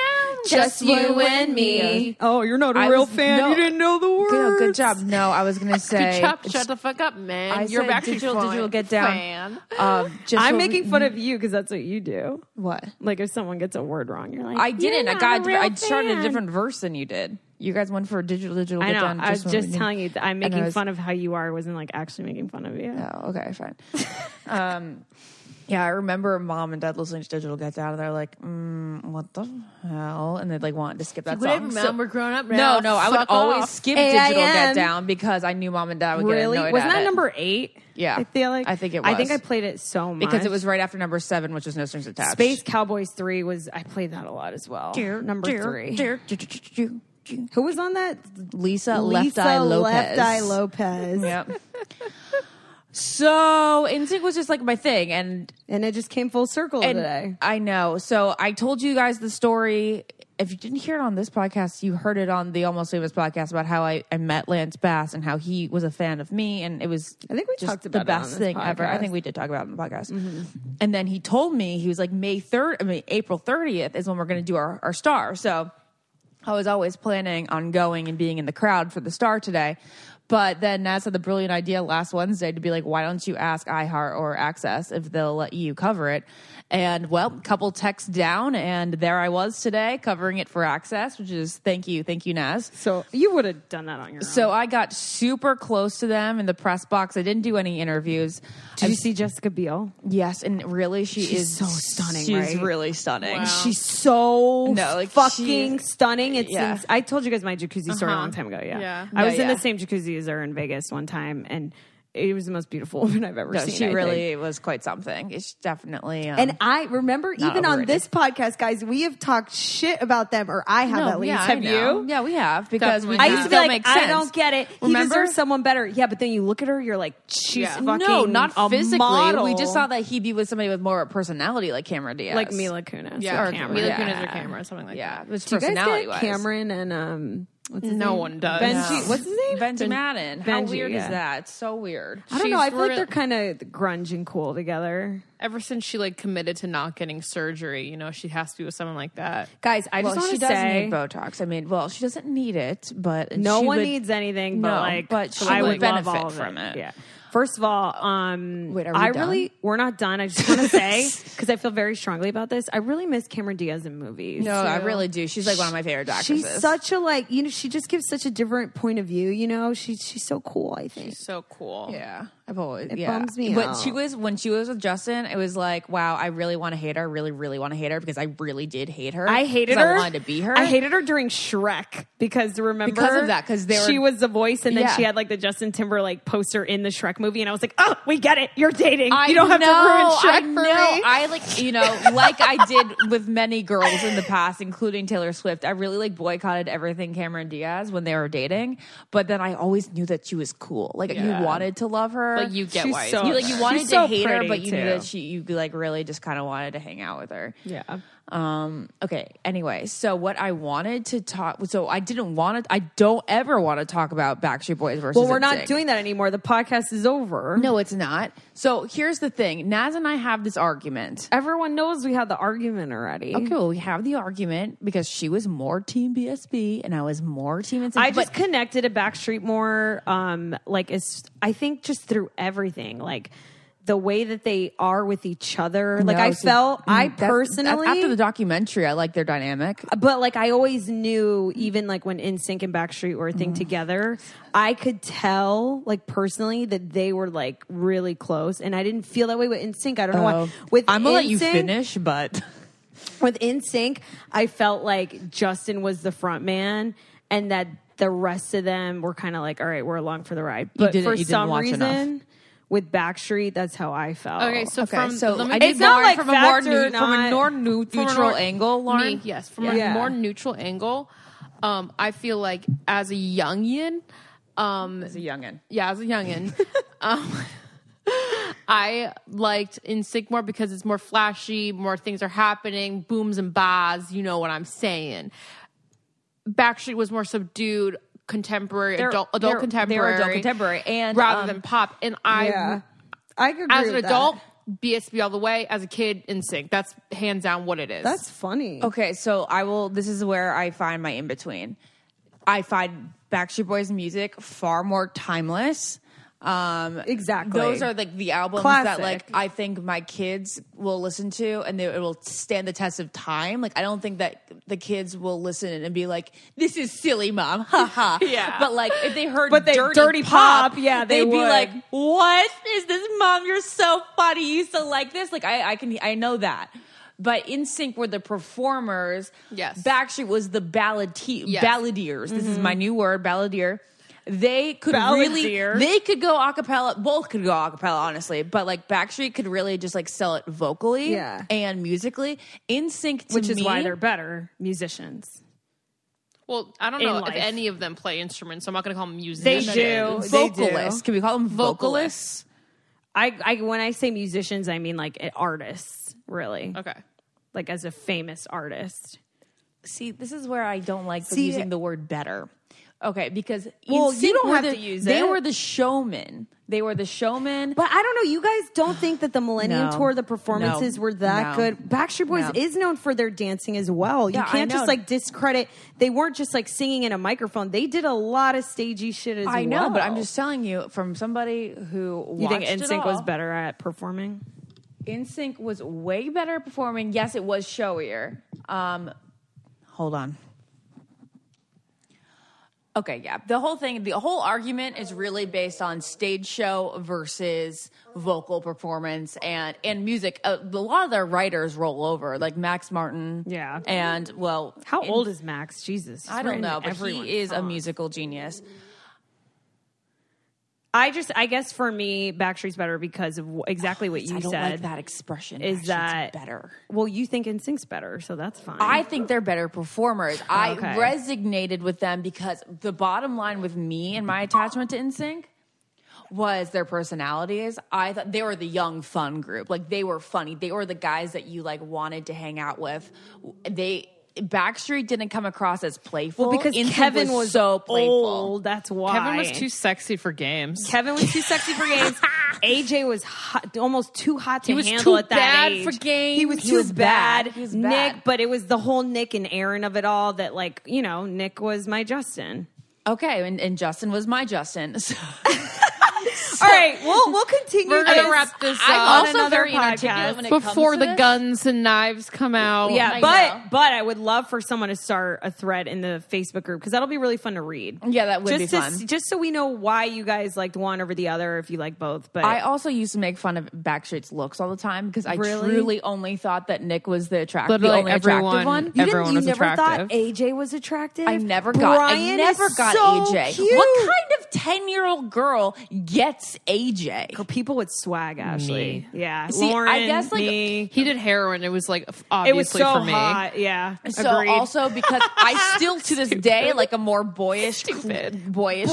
Just you and me. Oh, you're not a I real was- fan. no. you didn't know the words. Good, good job. No, I *laughs* was gonna say. Good job. Shut the fuck up, man. I You're said back digital, digital, get down. Fan. Um, just I'm what making we- fun of you because that's what you do. what? Like if someone gets a word wrong, you're like, I "You're didn't. I not got. a real I started a fan." different verse than you did. You guys went for digital, digital, I get know. down. I was what we just need. telling you. That I'm And I making was- fun of how you are. I wasn't like actually making fun of you. Oh, okay, *laughs* fine. um, yeah, I remember mom and dad listening to Digital Gets Out, and they're like, mm, "What the hell?" And they like wanted to skip that song. So- grown up no, no, I would always skip Digital AIM. Get Down because I knew mom and dad would Really? get annoyed Wasn't at that it. number eight? Yeah. I feel like I think it I think I was. played it so much because it was right after number seven, which was No Strings Attached. Space Cowboys three was. I played that a lot as well. Number three. Who was on that? Lisa, Left Eye Lopez. Left Eye Lopez. Yep. *laughs* so NSYNC was just like my thing, and And it just came full circle and today. I know. So I told you guys the story. If you didn't hear it on this podcast, you heard it on the Almost Famous podcast about how I, I met Lance Bass and how he was a fan of me, and it was I think we just talked the about it on best this thing ever. I podcast. Mm-hmm. think we did talk about it on the podcast. And then he told me he was like May third, I mean April thirtieth is when we're going to do our, our star. So I was always planning on going and being in the crowd for the star today, But then Naz had the brilliant idea last Wednesday to be like, why don't you ask iHeart or Access if they'll let you cover it? And well, couple texts down, and there I was today covering it for Access, which is thank you, thank you, Naz. So you would have done that on your own. So I got super close to them in the press box. I didn't do any interviews. did you see Jessica Biel? Yes, and really, she is so stunning, She's right? really stunning. She's so No, like, fucking she- stunning. It's yeah. ins- I told you guys my jacuzzi story a long time ago. Yeah, Yeah. I No, was in yeah. the same jacuzzi as her in Vegas one time, and it was the most beautiful *laughs* woman I've ever No, seen. she I think. really was quite something. It's definitely. Um, And I remember even on overrated. this podcast, guys, we have talked shit about them, or I have No, at least. oh, yeah, I have know. you? Yeah, we have because we Definitely. I think used to it be still like, makes I sense. don't get it. Remember? He deserves someone better. Yeah, but then you look at her, you're like, she's fucking no, not a physically. model. We just saw that he'd be with somebody with more personality, like Cameron Diaz, like Mila Kunis. Yeah, or or Cameron. Mila Yeah. Kunis or Cameron, something like Yeah, that. it was Do you guys personality get wise. Cameron and um, what's his No name? one does. Benji. What's his name? Benji Madden. How Benji, weird yeah. is that? It's so weird. I don't She's know. I feel sorta- like they're kind of grunge and cool together. Ever since she like committed to not getting surgery, you know, she has to be with someone like that. Guys, I Well, just want she to does say need Botox. I mean, well, she doesn't need it, but no she one would- needs anything, but No, like, but she I would would love benefit all of from it. Yeah. First of all, um, Wait, are we I done? really we're not done. I just want *laughs* to say because I feel very strongly about this. I really miss Cameron Diaz in movies. No, I really do. She's like one of my favorite actresses. She's such a like you know she just gives such a different point of view you know she she's so cool I think So cool. Yeah, I've always. It yeah. bums me But out. she was when she was with Justin. It was like, wow, I really want to hate her. Really, really want to hate her because I really did hate her. I hated 'Cause her. I wanted to be her. I hated her during Shrek because remember Because of that, 'cause they were- she was the voice, and then Yeah. she had like the Justin Timberlake poster in the Shrek movie, and I was like, oh, we get it. You're dating. I you don't have know, to I ruin Shrek for know. me. I like you know, like I did with many girls in the past, including Taylor Swift. I really like boycotted everything Cameron Diaz when they were dating, but then I always knew that she was cool. Like you wanted to love her, But you get She's why. it's so- you like you wanted She's to so hate her, pretty, but you knew too. that she you like really just kind of wanted to hang out with her. yeah. Um, okay. Anyway, so what I wanted to talk, so I didn't want to, I don't ever want to talk about Backstreet Boys versus. Well, we're not NSYNC. doing that anymore. The podcast is over. No, it's not. So here's the thing: Naz and I have this argument. Everyone knows we had the argument already. Okay, well, we have the argument because she was more Team BSB and I was more Team NSYNC. I but- just connected to Backstreet more. Um, like it's, I think just through everything, like the way that they are with each other. Like No, I so- felt, I Mm, that's- personally, Uh, after the documentary, I like their dynamic. but like I always knew, even like when InSync and Backstreet were a Mm. thing together, I could tell, like personally, that they were like really close, and I didn't feel that way with InSync. I don't know why. With I'm gonna Oh. let you NSYNC, finish, *laughs* but with InSync, I felt like Justin was the front man and that the rest of them were kind of like, all right, we're along for the ride. But didn't- for you didn't some watch reason, enough. with Backstreet, that's how I felt. Okay, so Okay, from so let I me, did It's not Lauren like from a more fact or neu- from not- a more neu- from a neutral more- angle, Lauren. Me, yes, from Yeah. a more neutral angle, um, I feel like as a youngian, um, As a youngin. yeah, as a youngin, um, *laughs* I liked In Sync more because it's more flashy, more things are happening, booms and bahs. You know what I'm saying? Backstreet was more subdued, contemporary, adult, adult they're- they're contemporary, adult contemporary, and, rather um, than pop. And I yeah I agree as an with that. adult, BSB all the way. As a kid, in sync. That's hands down what it is. that's funny Okay, so I will. This is where I find my in between. I find Backstreet Boys music far more timeless. Um, Exactly. Those are like the albums Classic. that like I think my kids will listen to and they, it will stand the test of time. Like I don't think that the kids will listen and be like, "This is silly, mom." Ha *laughs* ha. Yeah. But like if they heard But they- dirty, Dirty pop, Pop, yeah, they would be would. like, "What is this, mom? You're so funny. You used to like this." Like I I can I know that. But InSync were the performers. Yes. Backstreet was the ballad Yes. balladeers. This is my new word, balladeer. They could Balladeer. really they could go a cappella. Both could go a cappella, honestly. But like Backstreet could really just like sell it vocally Yeah. and musically. InSync to which is why me- they're better musicians. well, I don't in know life. if any of them play instruments, so I'm not going to call them They musicians. do. They do. vocalists. Can we call them vocalists? Vocalists. I, I, when I say musicians, I mean like artists, really. Okay. Like as a famous artist. See, this is where I don't like them See, using the word better. Okay, because Well, NSYNC you don't were have the- to use They it. were the showmen. They were the showmen. But I don't know. You guys don't think that the Millennium No. Tour, the performances No. were that No. good. Backstreet Boys No. is known for their dancing as well. You Yeah, I can't know. just like discredit. They weren't just like singing in a microphone. They did a lot of stagey shit as well. I know, but I'm just telling you from somebody who You watched think it NSYNC was all, better at performing? NSYNC was way better at performing. Yes, it was showier. Um, hold on. Okay, yeah. The whole thing, the whole argument is really based on stage show versus vocal performance and and music. Uh, a lot of their writers roll over, like Max Martin. Yeah. And well, How in- old is Max? Jesus, he's I don't written know, but everyone's he is a songs. musical genius. I just, I guess for me, Backstreet's better because of wh- exactly what you Oh, I don't said. like that expression. Is Actually, it's that- better? Well, you think NSYNC's better, so that's fine. I think they're better performers. I Okay. resignated with them because the bottom line with me and my attachment to NSYNC was their personalities. I thought they were the young fun group. Like they were funny. They were the guys that you like wanted to hang out with. They Backstreet didn't come across as playful well, because NSYNC Kevin was so playful. old. That's why Kevin was too sexy for games. Kevin was too sexy for games. *laughs* AJ was hot, almost too hot to was handle too at that bad age. for games. He was He too was bad. bad. He was bad. Nick, but it was the whole Nick and Aaron of it all that, like, you know, Nick was my Justin. *laughs* Okay, and, and Justin was my Justin. *laughs* So all right, we'll we'll continue. We're gonna this. wrap this up. I'm on Also another very podcast. inarticulate when it comes Before to the this. guns and knives come out. Yeah, I but know. but I would love for someone to start a thread in the Facebook group because that'll be really fun to read. Yeah, that would just be to fun. s- just so we know why you guys liked one over the other, if you like both. But I also used to make fun of Backstreet's looks all the time because I Really? truly only thought that Nick was the attractive, the Literally only everyone- attractive one. you everyone didn't. You was never thought attractive. AJ was attractive. I never got. I Brian never is got so AJ. Cute. What kind of ten-year-old girl gets AJ? people with swag, Ashley. Yeah, See, I Lauren, guess, like, me. He did heroin. It was like f- It was obviously so for me. hot. Yeah, So agreed. also *laughs* because I still to this day like a more boyish, boyish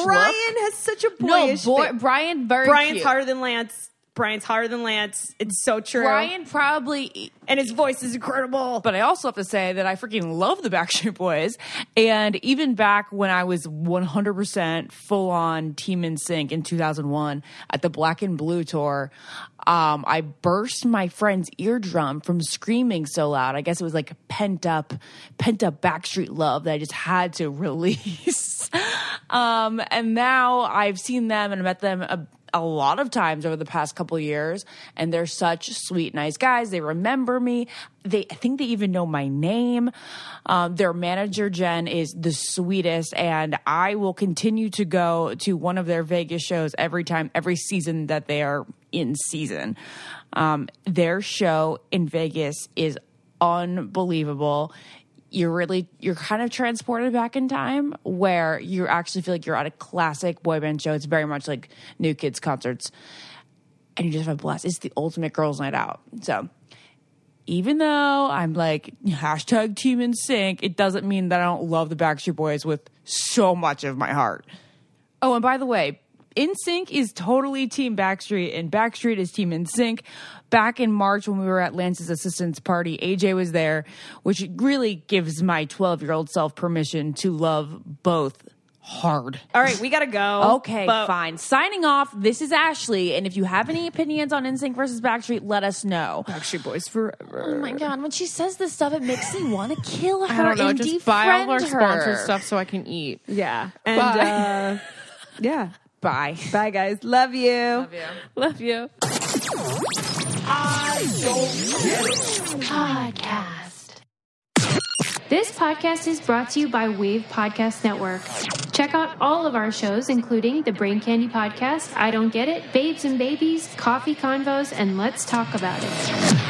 Brian look. has such a No, boyish. boy, thing. Brian very Brian's cute. harder than Lance. Brian's harder than Lance. It's so true. Brian probably and his voice is incredible. but I also have to say that I freaking love the Backstreet Boys. And even back when I was 100% full on Team in Sync in 2001 at the Black and Blue tour, um, I burst my friend's eardrum from screaming so loud. I guess it was like pent up, pent up Backstreet love that I just had to *laughs* release. um, and now I've seen them and met them. A, a lot of times over the past couple years and they're such sweet nice guys they remember me they i think they even know my name um, their manager jen is the sweetest and i will continue to go to one of their vegas shows every time every season that they are in season um, their show in vegas is unbelievable you're really you're kind of transported back in time where you actually feel like you're at a classic boy band show it's very much like new kids concerts and you just have a blast it's the ultimate girls night out so even though i'm like hashtag team in sync it doesn't mean that i don't love the backstreet boys with so much of my heart oh and by the way InSync is totally Team Backstreet, and Backstreet is Team InSync. Back in March, when we were at Lance's assistant's party, AJ was there, which really gives my 12 year old self permission to love both hard. All right, we gotta go. Okay, But fine. Signing off. This is Ashley, and if you have any opinions on NSYNC versus Backstreet, let us know. Backstreet Boys forever. Oh my god, when she says this stuff, it makes me want to kill her I don't know. and Just buy all defriend our sponsored her. stuff so I can eat. Yeah, and uh, yeah. *laughs* Bye. Bye, guys. Love you. Love you. Podcast. This podcast is brought to you by Wave Podcast Network. Check out all of our shows, including the Brain Candy Podcast, I Don't Get It, Babes and Babies, Coffee Convos, and Let's Talk About It.